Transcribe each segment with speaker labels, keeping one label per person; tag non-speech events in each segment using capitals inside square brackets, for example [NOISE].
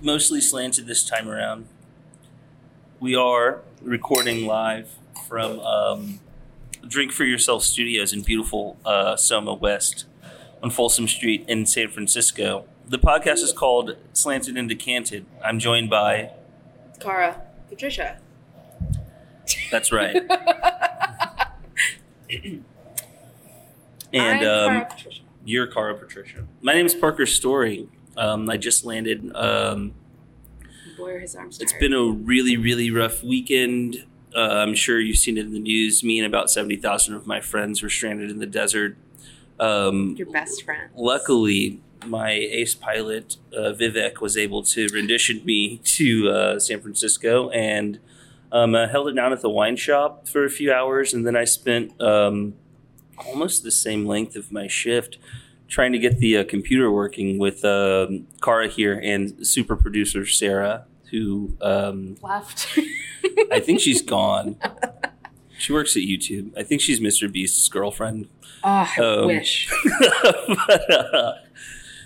Speaker 1: mostly slanted this time around. We are recording live from um, Drink for Yourself Studios in beautiful uh, Soma West on Folsom Street in San Francisco. The podcast is called Slanted and Decanted. I'm joined by,
Speaker 2: Cara,
Speaker 1: [LAUGHS]
Speaker 2: Patricia.
Speaker 1: that's right, and
Speaker 2: [LAUGHS] I'm
Speaker 1: um,
Speaker 2: Cara Patricia.
Speaker 1: You're Cara Patricia. My name is Parker Story. Um, I just landed. Um,
Speaker 2: Where his arms
Speaker 1: it's
Speaker 2: tired.
Speaker 1: been a really, really rough weekend. Uh, I'm sure you've seen it in the news. Me and about 70,000 of my friends were stranded in the desert. Um,
Speaker 2: your best friend.
Speaker 1: luckily, my ace pilot, uh, Vivek, was able to rendition me to uh, San Francisco and um, I held it down at the wine shop for a few hours. And then I spent um, almost the same length of my shift trying to get the uh, computer working with um, Cara here and super producer Sarah, who um,
Speaker 2: left. [LAUGHS]
Speaker 1: I think she's gone. She works at YouTube. I think she's Mr. Beast's girlfriend. [LAUGHS]
Speaker 2: Ah, I
Speaker 1: Um,
Speaker 2: wish.
Speaker 1: but, uh,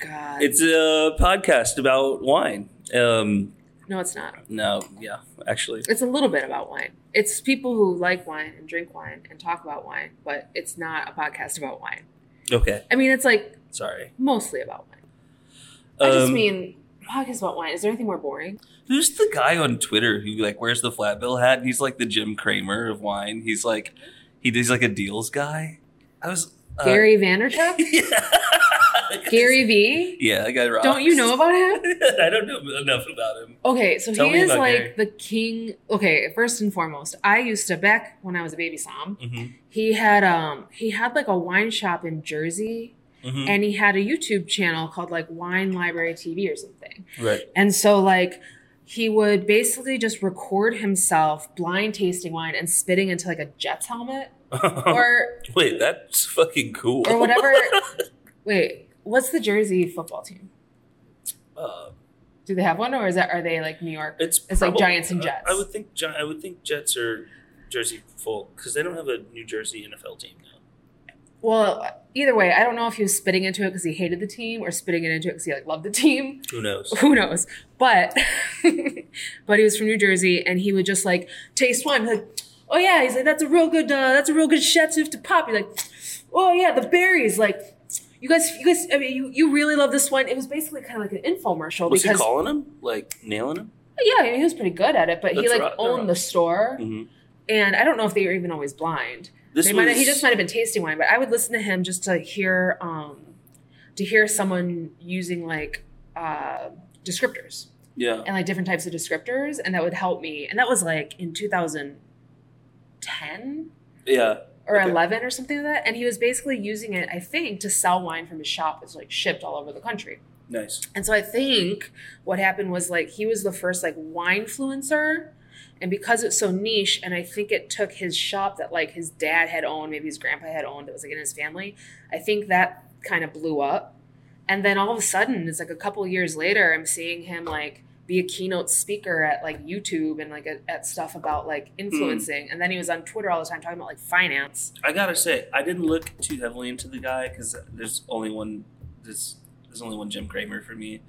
Speaker 2: God.
Speaker 1: It's a podcast about wine. Um,
Speaker 2: no, it's not.
Speaker 1: no, yeah, actually,
Speaker 2: It's a little bit about wine. It's people who like wine and drink wine and talk about wine, but it's not a podcast about wine.
Speaker 1: okay,
Speaker 2: I mean, it's like
Speaker 1: sorry.
Speaker 2: mostly about wine. I just
Speaker 1: Um,
Speaker 2: mean podcast about wine. Is there anything more boring?
Speaker 1: who's the guy on Twitter who like wears the flat bill hat? He's like the Jim Cramer of wine. He's like, he he's like a deals guy. I was [LAUGHS] uh,
Speaker 2: Gary
Speaker 1: [LAUGHS]
Speaker 2: Vanderchuck,
Speaker 1: yeah.
Speaker 2: Gary V.
Speaker 1: Yeah, that guy rocks.
Speaker 2: Don't
Speaker 1: [LAUGHS]
Speaker 2: you know about him?
Speaker 1: I don't know enough about him.
Speaker 2: Okay, so
Speaker 1: Tell
Speaker 2: he
Speaker 1: me
Speaker 2: is
Speaker 1: about
Speaker 2: like
Speaker 1: Gary.
Speaker 2: the king. Okay, first and foremost, I used to back when I was a baby som.
Speaker 1: Mm-hmm.
Speaker 2: He had um he had like a wine shop in Jersey,
Speaker 1: Mm-hmm.
Speaker 2: and he had a YouTube channel called like Wine Library TV or something.
Speaker 1: right. [LAUGHS]
Speaker 2: And so like he would basically just record himself blind tasting wine and spitting into like a Jets helmet
Speaker 1: Oh.
Speaker 2: or
Speaker 1: Wait, that's fucking cool. [LAUGHS]
Speaker 2: or whatever. Wait, what's the Jersey football team?
Speaker 1: Uh,
Speaker 2: Do they have one, or is that are they like New York?
Speaker 1: It's
Speaker 2: It's like
Speaker 1: probab- uh,
Speaker 2: Giants and Jets.
Speaker 1: I would think Gi- I would think Jets are Jersey full because they don't have a New Jersey NFL team now.
Speaker 2: Well, either way, I don't know if he was spitting into it because he hated the team or spitting it into it because he like loved the team. [LAUGHS]
Speaker 1: Who knows?
Speaker 2: Who knows? But [LAUGHS] but he was from New Jersey and he would just like taste wine, He's like oh yeah, he's like that's a real good uh, that's a real good chateau to pop. He's like oh yeah, the berries like. You guys, you guys, I mean, you, you really love this wine. It was basically kind of like an infomercial
Speaker 1: Was he
Speaker 2: because,
Speaker 1: calling him like nailing him?
Speaker 2: yeah, I mean, he was pretty good at it, but he
Speaker 1: That's
Speaker 2: like
Speaker 1: right, they're
Speaker 2: owned
Speaker 1: right.
Speaker 2: the store,
Speaker 1: Mhm.
Speaker 2: and I don't know if they were even always blind
Speaker 1: This
Speaker 2: they might have, he just might have been tasting wine, but I would listen to him just to hear um, to hear someone using like uh, descriptors
Speaker 1: yeah.
Speaker 2: and like different types of descriptors, and that would help me. And that was like in 2010
Speaker 1: Yeah.
Speaker 2: or
Speaker 1: Okay.
Speaker 2: 11 or something like that. And he was basically using it, I think, to sell wine from his shop. It's like shipped all over the country.
Speaker 1: Nice.
Speaker 2: And so I think what happened was like he was the first like wine influencer. And because it's so niche, and I think it took his shop that like his dad had owned, maybe his grandpa had owned, it was like in his family. I think that kind of blew up. And then all of a sudden, it's like a couple years later, I'm seeing him like be a keynote speaker at like YouTube and like at, at stuff about like
Speaker 1: Hmm.
Speaker 2: influencing. And then he was on Twitter all the time talking about like finance.
Speaker 1: I gotta say, I didn't look too heavily into the guy because there's only one. There's there's only one Jim Cramer for me.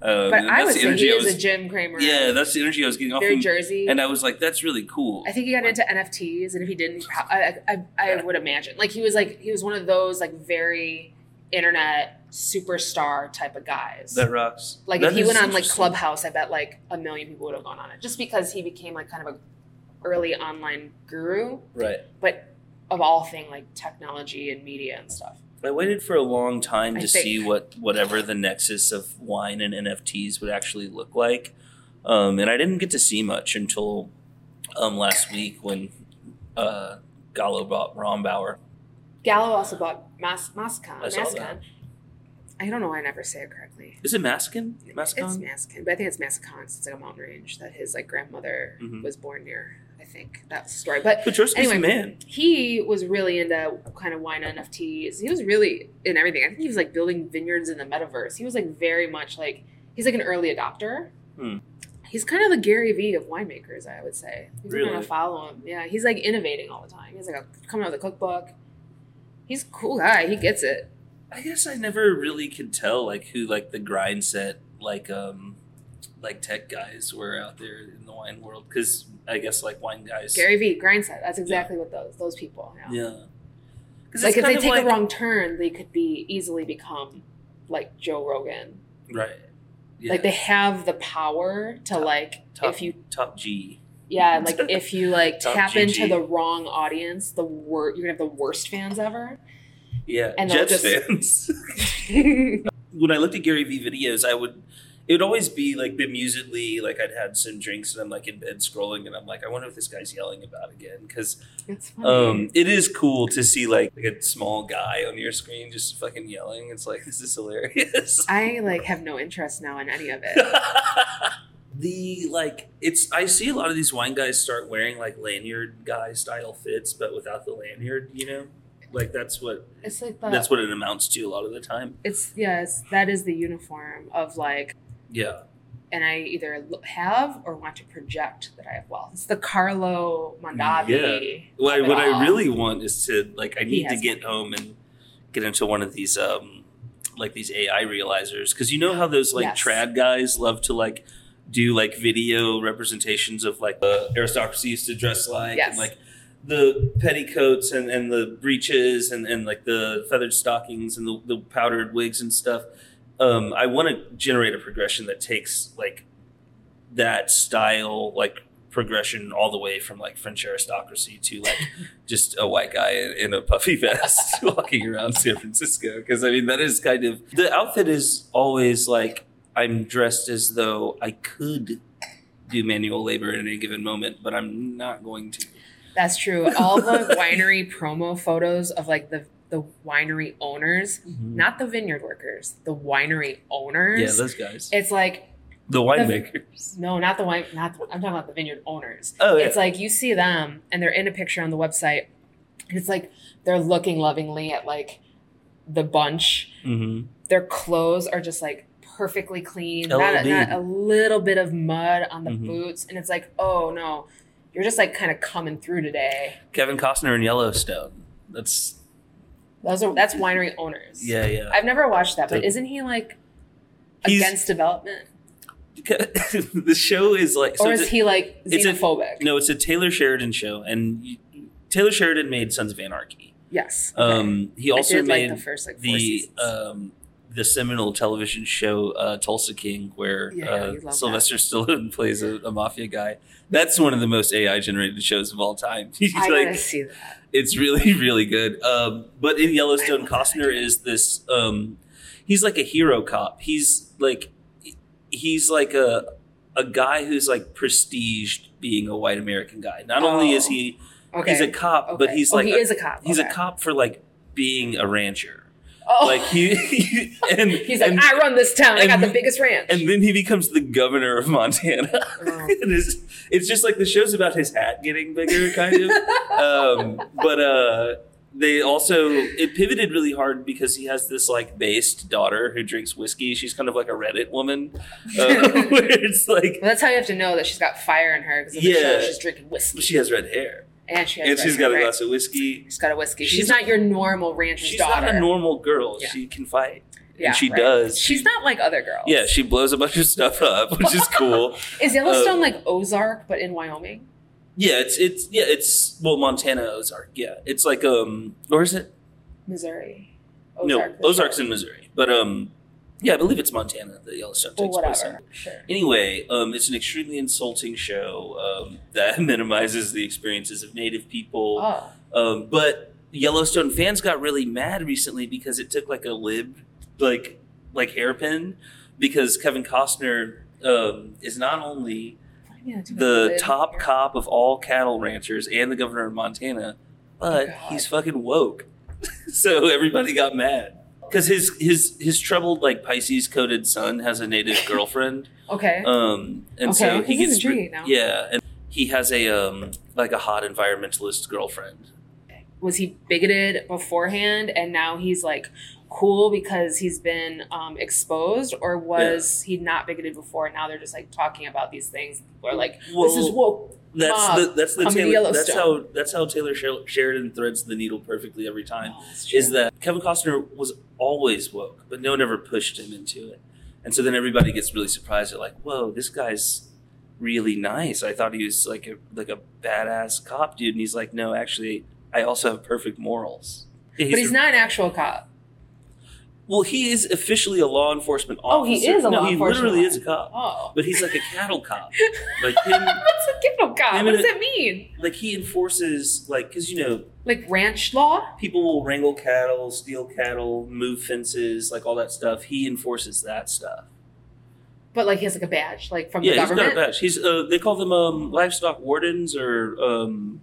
Speaker 1: Um,
Speaker 2: But
Speaker 1: and
Speaker 2: I
Speaker 1: that's
Speaker 2: would
Speaker 1: the
Speaker 2: say
Speaker 1: energy
Speaker 2: he
Speaker 1: I
Speaker 2: is
Speaker 1: was-
Speaker 2: a Jim Cramer.
Speaker 1: Yeah, that's the energy I was getting off
Speaker 2: Very
Speaker 1: him,
Speaker 2: Jersey.
Speaker 1: and I was like, "That's really cool."
Speaker 2: I think he got into NFTs, and if he didn't, I, I, I would imagine. Like he was like he was one of those like very internet superstar type of guys.
Speaker 1: that rocks.
Speaker 2: like
Speaker 1: That
Speaker 2: if he
Speaker 1: is
Speaker 2: went on like
Speaker 1: interesting.
Speaker 2: Clubhouse, I bet like a million people would have gone on it just because he became like kind of a early online guru,
Speaker 1: right?
Speaker 2: but of all thing like technology and media and stuff.
Speaker 1: I waited for a long time
Speaker 2: I
Speaker 1: to
Speaker 2: think.
Speaker 1: see what whatever the nexus of wine and NFTs would actually look like, um, and I didn't get to see much until um, last week when uh, Gallo bought Rombauer.
Speaker 2: Gallo also bought Mas Mascon.
Speaker 1: I saw
Speaker 2: Mascon.
Speaker 1: that.
Speaker 2: I don't know why I never say it correctly.
Speaker 1: Is it Maskin?
Speaker 2: It's
Speaker 1: Mascon?
Speaker 2: Mascon, but I think it's Mascon. 'cause It's like a mountain range that his like grandmother
Speaker 1: Mhm.
Speaker 2: was born near. I think that's the story. But
Speaker 1: Petrovsky's
Speaker 2: Anyway.
Speaker 1: the man.
Speaker 2: he was really into kind of wine NFTs. He was really in everything. I think he was like building vineyards in the metaverse. He was like very much like he's like an early adopter.
Speaker 1: Hmm.
Speaker 2: He's kind of the Gary Vee of winemakers, I would say. People kind
Speaker 1: Really?
Speaker 2: of follow him. Yeah, he's like innovating all the time. He's like a, coming out with a cookbook. He's a cool guy. He gets it.
Speaker 1: I guess I never really could tell like who like the grind set like um like tech guys were out there in the wine world because I guess like wine guys.
Speaker 2: Gary Vee, Grindset. That's exactly what those those people. Yeah.
Speaker 1: Yeah. 'Cause it's
Speaker 2: Like if they
Speaker 1: kind of
Speaker 2: take
Speaker 1: like-
Speaker 2: a wrong turn, they could be easily become like Joe Rogan.
Speaker 1: Right. Yeah.
Speaker 2: Like they have the power to
Speaker 1: Top-
Speaker 2: like
Speaker 1: top,
Speaker 2: if you
Speaker 1: top G. [LAUGHS]
Speaker 2: yeah like if you like
Speaker 1: Top
Speaker 2: tap into
Speaker 1: GG.
Speaker 2: the wrong audience, the wor- you're gonna have the worst
Speaker 1: [LAUGHS]
Speaker 2: fans ever.
Speaker 1: Yeah.
Speaker 2: And they'll
Speaker 1: Jets
Speaker 2: just-
Speaker 1: fans. [LAUGHS] when I looked at Gary Vee videos, I would it would always be like bemusedly like I'd had some drinks and I'm like in bed scrolling and I'm like I wonder what this guy's yelling about again because
Speaker 2: it's funny.
Speaker 1: um, it is cool to see like, like a small guy on your screen just fucking yelling. It's like this is hilarious. [LAUGHS]
Speaker 2: I like have no interest now in any of it.
Speaker 1: the like it's I see a lot of these wine guys start wearing like lanyard guy style fits but without the lanyard, you know. Like that's what
Speaker 2: It's like the
Speaker 1: that's what it amounts to a lot of the time.
Speaker 2: it's yes that is the uniform of like
Speaker 1: Yeah.
Speaker 2: and I either l- have or want to project that I have wealth. It's the Carlo Mondavi.
Speaker 1: What,
Speaker 2: of it
Speaker 1: what I
Speaker 2: all.
Speaker 1: really want is to like I
Speaker 2: um, He
Speaker 1: need to
Speaker 2: has
Speaker 1: get home and get into one of these um like these AI realizers because you know how those like
Speaker 2: Yes.
Speaker 1: trad guys love to like do like video representations of like the aristocracy used to dress like
Speaker 2: Yes.
Speaker 1: and like the petticoats and, and the breeches and, and like the feathered stockings and the, the powdered wigs and stuff. Um, I want to generate a progression that takes like that style like progression all the way from like French aristocracy to like just a white guy in, in a puffy vest [LAUGHS] walking around San Francisco. Because I mean, that is kind of the outfit is always like I'm dressed as though I could do manual labor at any given moment, but I'm not going to.
Speaker 2: That's true.
Speaker 1: [LAUGHS]
Speaker 2: All the winery promo photos of like the the winery owners, not the vineyard workers, the winery
Speaker 1: Hmm. Yeah,
Speaker 2: owners.
Speaker 1: those guys.
Speaker 2: it's like
Speaker 1: The winemakers.
Speaker 2: no, not the wine. Not the, I'm talking about the vineyard owners.
Speaker 1: Oh, yeah.
Speaker 2: It's like you see them and they're in a picture on the website, and it's like they're looking lovingly at like the bunch
Speaker 1: hmm
Speaker 2: their clothes are just like perfectly clean, not a,
Speaker 1: LOD.
Speaker 2: not a little bit of mud on the
Speaker 1: Mhm.
Speaker 2: boots, and it's like, oh no, you're just like kind of coming through today.
Speaker 1: Kevin Costner in Yellowstone. That's,
Speaker 2: Those are that's winery owners.
Speaker 1: yeah, yeah.
Speaker 2: I've never watched that, but
Speaker 1: The-
Speaker 2: isn't he like
Speaker 1: He's-
Speaker 2: against development,
Speaker 1: [LAUGHS] the show is like. so
Speaker 2: or
Speaker 1: it's a-
Speaker 2: is he like
Speaker 1: it's a-
Speaker 2: xenophobic?
Speaker 1: No, it's a Taylor Sheridan show, and you, Taylor Sheridan made Sons of Anarchy.
Speaker 2: yes. okay.
Speaker 1: Um, he
Speaker 2: I
Speaker 1: also
Speaker 2: did
Speaker 1: made
Speaker 2: like the first like four
Speaker 1: the
Speaker 2: seasons.
Speaker 1: um, the seminal television show uh, Tulsa King, where
Speaker 2: Yeah, you love
Speaker 1: uh,
Speaker 2: that.
Speaker 1: Sylvester Stallone [LAUGHS] plays a, a mafia guy. That's one of the most AI generated shows of all time. [LAUGHS] He's
Speaker 2: I
Speaker 1: like-
Speaker 2: gotta see that.
Speaker 1: it's really [LAUGHS] really good. Um, but in
Speaker 2: I
Speaker 1: Yellowstone,
Speaker 2: love that
Speaker 1: Costner
Speaker 2: idea.
Speaker 1: is this. Um, he's like a hero cop. He's like he's like a a guy who's like prestiged being a white American guy. Not only is
Speaker 2: Oh.
Speaker 1: he
Speaker 2: Okay.
Speaker 1: he's a cop, but
Speaker 2: Okay.
Speaker 1: he's
Speaker 2: Oh,
Speaker 1: like
Speaker 2: he
Speaker 1: a-
Speaker 2: is a cop.
Speaker 1: he's
Speaker 2: Okay.
Speaker 1: a cop for like being a rancher.
Speaker 2: Oh.
Speaker 1: Like he, he- and
Speaker 2: [LAUGHS] he's like,
Speaker 1: and,
Speaker 2: I run this town. I got
Speaker 1: and-
Speaker 2: the biggest ranch. [LAUGHS]
Speaker 1: and then he becomes the governor of Montana. [LAUGHS]
Speaker 2: Oh.
Speaker 1: and it's, it's just like the show's about his hat getting bigger, kind of.
Speaker 2: [LAUGHS]
Speaker 1: um, but uh, they also it pivoted really hard because he has this like based daughter who drinks whiskey. She's kind of like a Reddit
Speaker 2: [LAUGHS]
Speaker 1: woman, uh, [LAUGHS] where it's like
Speaker 2: Well, that's how you have to know that she's got fire in her because
Speaker 1: Yeah.
Speaker 2: she's drinking whiskey
Speaker 1: she has red hair
Speaker 2: and she has
Speaker 1: and
Speaker 2: red
Speaker 1: she's
Speaker 2: hair,
Speaker 1: got a
Speaker 2: right?
Speaker 1: glass of whiskey.
Speaker 2: She's got a whiskey. She's,
Speaker 1: She's-
Speaker 2: not your normal rancher's
Speaker 1: She's
Speaker 2: daughter.
Speaker 1: not a normal girl.
Speaker 2: Yeah.
Speaker 1: She can fight.
Speaker 2: Yeah,
Speaker 1: and she
Speaker 2: right.
Speaker 1: does.
Speaker 2: She's not like other girls.
Speaker 1: Yeah, she blows a bunch of stuff up, which is cool.
Speaker 2: Is Yellowstone
Speaker 1: Uh,
Speaker 2: like Ozark but in Wyoming?
Speaker 1: Yeah, it's it's yeah, it's well Montana Ozark. Yeah, it's like um, or is it
Speaker 2: Missouri.
Speaker 1: no Ozark's in Missouri, but um, yeah, I believe it's Montana that Yellowstone
Speaker 2: Well,
Speaker 1: takes place in.
Speaker 2: whatever. Sure.
Speaker 1: Anyway, um, it's an extremely insulting show um, that [LAUGHS] minimizes the experiences of Native people.
Speaker 2: Oh,
Speaker 1: Um, but Yellowstone fans got really mad recently because it took like a lib, like like hairpin, because Kevin Costner um, is not only
Speaker 2: Yeah, do
Speaker 1: the
Speaker 2: it.
Speaker 1: top cop of all cattle ranchers and the governor of Montana, but
Speaker 2: Oh, God.
Speaker 1: he's fucking woke. [LAUGHS] so everybody got mad because his his his troubled like Pisces coded son has a
Speaker 2: [LAUGHS]
Speaker 1: Native girlfriend.
Speaker 2: Okay.
Speaker 1: Um, and
Speaker 2: Okay,
Speaker 1: so he
Speaker 2: this is
Speaker 1: gets
Speaker 2: intriguing now.
Speaker 1: yeah, and he has a um like a hot environmentalist girlfriend.
Speaker 2: was he bigoted beforehand and now he's like cool because he's been um, exposed or was he not bigoted before and now they're just like talking about these things or like this is
Speaker 1: Well,
Speaker 2: woke
Speaker 1: That's
Speaker 2: Mom,
Speaker 1: the that's the
Speaker 2: come to
Speaker 1: Taylor, that's
Speaker 2: Yellowstone.
Speaker 1: how that's how Taylor Sher- Sheridan threads the needle perfectly every time.
Speaker 2: Oh, that's
Speaker 1: Is
Speaker 2: true.
Speaker 1: that Kevin Costner was always woke, but no one ever pushed him into it. And so then everybody gets really surprised. They're like, "Whoa, this guy's really nice. I thought he was like a like a badass cop dude." And he's like, "No, actually, I also have perfect morals."
Speaker 2: but he's not an actual cop.
Speaker 1: Well, he is officially a law enforcement
Speaker 2: Oh,
Speaker 1: officer.
Speaker 2: he is a
Speaker 1: no,
Speaker 2: law
Speaker 1: he
Speaker 2: enforcement
Speaker 1: literally is
Speaker 2: officer.
Speaker 1: a cop,
Speaker 2: Oh. [LAUGHS]
Speaker 1: but he's like a cattle cop. Like him,
Speaker 2: What's a ghetto cop?
Speaker 1: Him
Speaker 2: What
Speaker 1: and
Speaker 2: does
Speaker 1: a-
Speaker 2: that mean?
Speaker 1: like he enforces like because you know
Speaker 2: Like ranch law?
Speaker 1: people will wrangle cattle, steal cattle, move fences, like all that stuff. He enforces that stuff.
Speaker 2: But like he has like a badge, like from
Speaker 1: yeah,
Speaker 2: the
Speaker 1: he's
Speaker 2: government.
Speaker 1: got a badge. He's uh, they call them um, livestock wardens or um,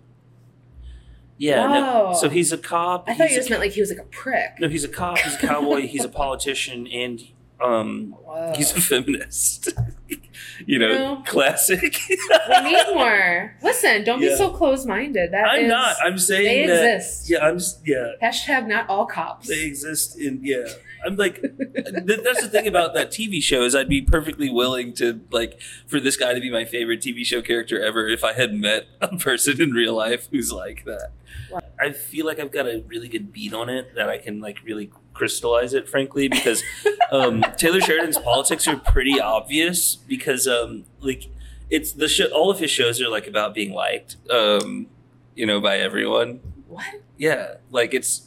Speaker 1: yeah. no-
Speaker 2: Wow.
Speaker 1: So he's a cop.
Speaker 2: I thought you
Speaker 1: he's
Speaker 2: just
Speaker 1: a,
Speaker 2: meant like he was like a prick.
Speaker 1: no, he's a cop. He's a cowboy. he's a politician, and um,
Speaker 2: Whoa.
Speaker 1: he's
Speaker 2: [LAUGHS]
Speaker 1: a feminist. [LAUGHS] you know,
Speaker 2: No.
Speaker 1: classic.
Speaker 2: we need more. Listen, don't
Speaker 1: Yeah.
Speaker 2: be so closed minded. That
Speaker 1: [LAUGHS] I'm
Speaker 2: is-
Speaker 1: not. I'm
Speaker 2: they
Speaker 1: saying that.
Speaker 2: exist.
Speaker 1: Yeah, I'm. s- Yeah,
Speaker 2: Hashtag not all cops.
Speaker 1: They exist in yeah. I'm like, th- that's the thing about that TV show is I'd be perfectly willing to like for this guy to be my favorite TV show character ever if I had met a person in real life who's like that.
Speaker 2: Wow.
Speaker 1: I feel like I've got a really good beat on it that I can like really crystallize it, frankly,
Speaker 2: [LAUGHS]
Speaker 1: because um, Taylor Sheridan's politics are pretty obvious because um, like it's the show. All of his shows are like about being liked, um, you know, by everyone.
Speaker 2: What?
Speaker 1: Yeah, like it's.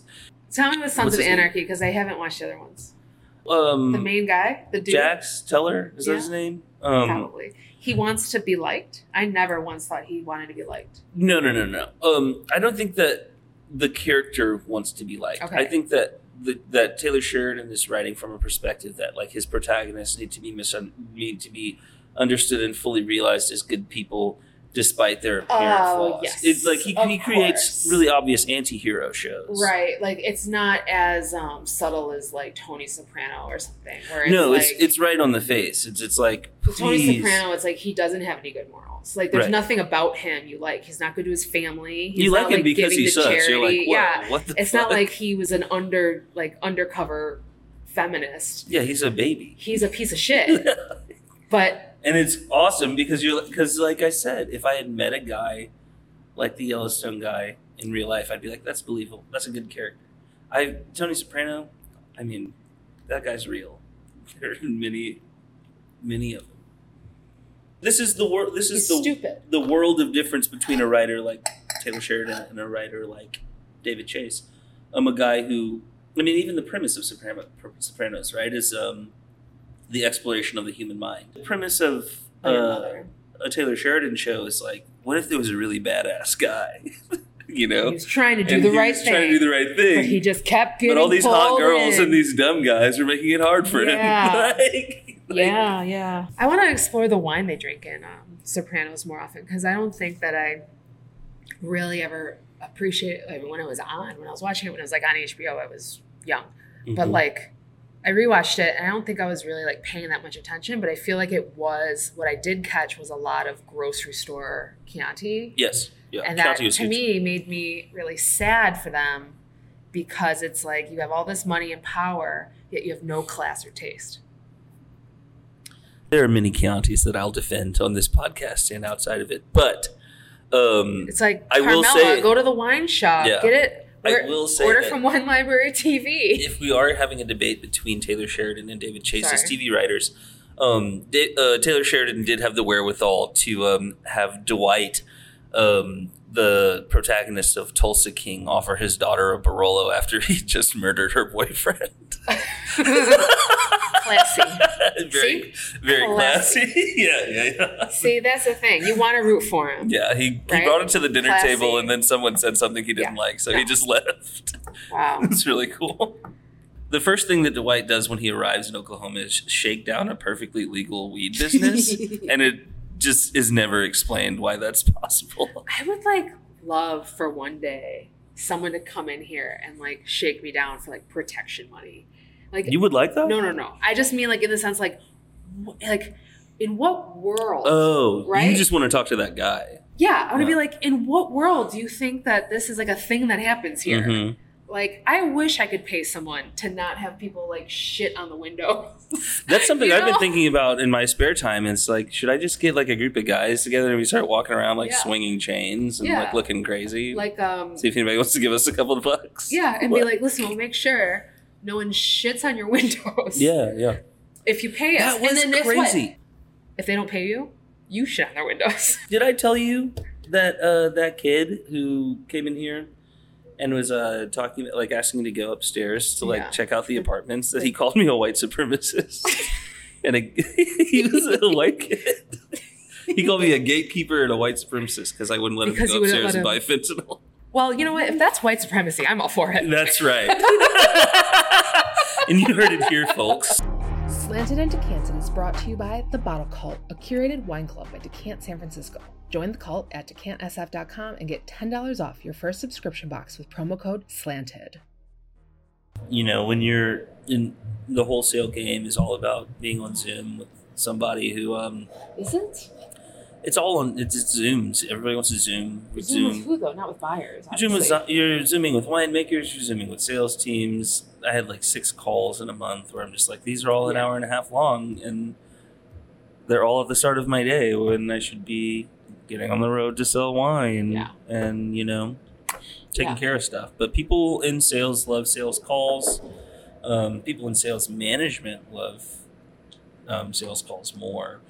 Speaker 2: Tell me the Sons
Speaker 1: What's
Speaker 2: of
Speaker 1: his name?
Speaker 2: Anarchy because I haven't watched the other ones.
Speaker 1: Um,
Speaker 2: The main guy, the dude,
Speaker 1: Jax Teller is that his name? Um,
Speaker 2: probably. He wants to be liked. I never once thought he wanted to be liked.
Speaker 1: no, no, no, no. Um, I don't think that the character wants to be liked.
Speaker 2: Okay.
Speaker 1: I think that the, that Taylor Sheridan is writing from a perspective that like his protagonists need to be misun- need to be understood and fully realized as good people despite their apparent
Speaker 2: Oh,
Speaker 1: flaws.
Speaker 2: yes,
Speaker 1: It's like he,
Speaker 2: of
Speaker 1: he creates
Speaker 2: course.
Speaker 1: really obvious anti-hero shows.
Speaker 2: Right. Like it's not as um, subtle as like Tony Soprano or something. Where it's
Speaker 1: No,
Speaker 2: like,
Speaker 1: it's it's right on the face. It's it's like
Speaker 2: With Tony
Speaker 1: please.
Speaker 2: Soprano, it's like he doesn't have any good morals. Like there's
Speaker 1: Right.
Speaker 2: nothing about him you like. He's not good to his family. He's
Speaker 1: you
Speaker 2: not,
Speaker 1: like him because
Speaker 2: giving
Speaker 1: he
Speaker 2: to
Speaker 1: sucks. You're like,
Speaker 2: charity.
Speaker 1: whoa,
Speaker 2: yeah.
Speaker 1: what the
Speaker 2: It's not
Speaker 1: fuck?
Speaker 2: like he was an under like undercover
Speaker 1: [LAUGHS]
Speaker 2: feminist.
Speaker 1: yeah, he's a baby.
Speaker 2: He's a piece
Speaker 1: [LAUGHS]
Speaker 2: of shit. but
Speaker 1: and it's awesome because you're because like I said, if I had met a guy like the Yellowstone guy in real life, I'd be like, that's believable. That's a good character. I Tony Soprano. I mean, that guy's real. [LAUGHS] There are many, many of them. This is the world. This
Speaker 2: he's
Speaker 1: is the
Speaker 2: stupid.
Speaker 1: the world of difference between a writer like Taylor Sheridan and a writer like David Chase. I'm a guy who, I mean, even the premise of Soprano, Sopranos, right, is um, the exploration of the human mind. The premise of
Speaker 2: Like your
Speaker 1: uh,
Speaker 2: mother.
Speaker 1: a Taylor Sheridan show is like, what if there was a really badass guy, [LAUGHS] you
Speaker 2: He
Speaker 1: know?
Speaker 2: was trying to do
Speaker 1: And
Speaker 2: the
Speaker 1: he
Speaker 2: right
Speaker 1: was
Speaker 2: thing.
Speaker 1: Trying to do the right
Speaker 2: but he
Speaker 1: thing.
Speaker 2: just
Speaker 1: But,
Speaker 2: kept getting
Speaker 1: all these hot
Speaker 2: pulled
Speaker 1: girls
Speaker 2: in.
Speaker 1: and these dumb guys are making it hard for
Speaker 2: Yeah.
Speaker 1: him. [LAUGHS] Like- like-
Speaker 2: yeah, yeah. I want to explore the wine they drink in um, Sopranos more often because I don't think that I really ever appreciate like, when it was on, when I was watching it, when it was like on HBO, I was young. but
Speaker 1: Mhm.
Speaker 2: like I rewatched it and I don't think I was really like paying that much attention, but I feel like it was what I did catch was a lot of grocery store Chianti.
Speaker 1: yes. Yeah.
Speaker 2: And that
Speaker 1: County was
Speaker 2: to
Speaker 1: huge.
Speaker 2: me made me really sad for them because it's like you have all this money and power, yet you have no class or taste.
Speaker 1: There are many Chiantis that I'll defend on this podcast and outside of it, but um,
Speaker 2: It's like
Speaker 1: I will
Speaker 2: Carmela,
Speaker 1: say-
Speaker 2: go to the wine shop,
Speaker 1: Yeah.
Speaker 2: get it.
Speaker 1: I
Speaker 2: Order,
Speaker 1: will say
Speaker 2: order
Speaker 1: that-
Speaker 2: from Wine Library TV.
Speaker 1: [LAUGHS] if we are having a debate between Taylor Sheridan and David Chase as
Speaker 2: Sorry.
Speaker 1: TV writers, um, Da- uh, Taylor Sheridan did have the wherewithal to um, have Dwight, um, the protagonist of Tulsa King, offer his daughter a Barolo after [LAUGHS] he just murdered her boyfriend. [LAUGHS]
Speaker 2: Classy.
Speaker 1: very, very
Speaker 2: Classy.
Speaker 1: classy. [LAUGHS] yeah, yeah, yeah.
Speaker 2: See, that's the thing. You want to root for him.
Speaker 1: Yeah, he,
Speaker 2: Right?
Speaker 1: he brought it to the dinner
Speaker 2: Classy.
Speaker 1: table, and then someone said something he didn't
Speaker 2: Yeah.
Speaker 1: like, so
Speaker 2: Yeah.
Speaker 1: he just left. [LAUGHS]
Speaker 2: Wow.
Speaker 1: it's really cool. The first thing that Dwight does when he arrives in Oklahoma is shake down a perfectly legal weed
Speaker 2: [LAUGHS]
Speaker 1: business, and it just is never explained why that's possible.
Speaker 2: I would like love for one day someone to come in here and like shake me down for like protection money. Like
Speaker 1: [LAUGHS] You would like that?
Speaker 2: no, no, no. I just mean like in the sense like wh- like in what world?
Speaker 1: Oh,
Speaker 2: Right?
Speaker 1: you just want to talk to that guy.
Speaker 2: yeah, I want to be
Speaker 1: Yeah.
Speaker 2: like in what world do you think that this is like a thing that happens here?
Speaker 1: Mhm.
Speaker 2: Like I wish I could pay someone to not have people like shit on the window.
Speaker 1: That's something
Speaker 2: You
Speaker 1: I've
Speaker 2: know?
Speaker 1: been thinking about in my spare time. It's like, should I just get like a group of guys together and we start walking around like
Speaker 2: Yeah.
Speaker 1: swinging chains and
Speaker 2: Yeah.
Speaker 1: like looking crazy?
Speaker 2: [LAUGHS] like um
Speaker 1: See if anybody wants to give us a couple of bucks.
Speaker 2: yeah, and be like, listen, we'll make sure no one shits on your [LAUGHS] windows.
Speaker 1: Yeah, yeah.
Speaker 2: if you pay us.
Speaker 1: That was
Speaker 2: and then guess what?
Speaker 1: crazy.
Speaker 2: If they don't pay you, you shit on their windows. [LAUGHS]
Speaker 1: Did I tell you that uh, that kid who came in here and was uh, talking, about, like asking me to go upstairs to like
Speaker 2: Yeah.
Speaker 1: check
Speaker 2: [LAUGHS]
Speaker 1: out the apartments? That he called me a white supremacist, and a, [LAUGHS] he was a white kid. He called me a gatekeeper and a white supremacist because I wouldn't let
Speaker 2: Because
Speaker 1: him
Speaker 2: you
Speaker 1: go
Speaker 2: wouldn't
Speaker 1: upstairs and
Speaker 2: let
Speaker 1: buy fentanyl.
Speaker 2: Well, you know what? If that's white supremacy, I'm all for it.
Speaker 1: That's right. [LAUGHS] and you heard it here, folks.
Speaker 3: Slanted into Canton is brought to you by The Bottle Cult, a curated wine club at DeCant San Francisco. Join the cult at decantsf.com and get $10 off your first subscription box with promo code SLANTED.
Speaker 1: you know, when you're in the wholesale game is all about being on Zoom with somebody who um
Speaker 2: Is it?
Speaker 1: it's all on it's, it's Zooms. Everybody wants to Zoom with Zoom.
Speaker 2: food though, not with buyers.
Speaker 1: Zoom is you're zooming with winemakers, you're zooming with sales teams. I had like six calls in a month where I'm just like, these are all an
Speaker 2: Yeah.
Speaker 1: hour and a half long and they're all at the start of my day when I should be getting on the road to sell wine
Speaker 2: Yeah.
Speaker 1: and, you know, taking
Speaker 2: Yeah.
Speaker 1: care of stuff. But people in sales love sales calls. Um, people in sales management love um, sales calls more.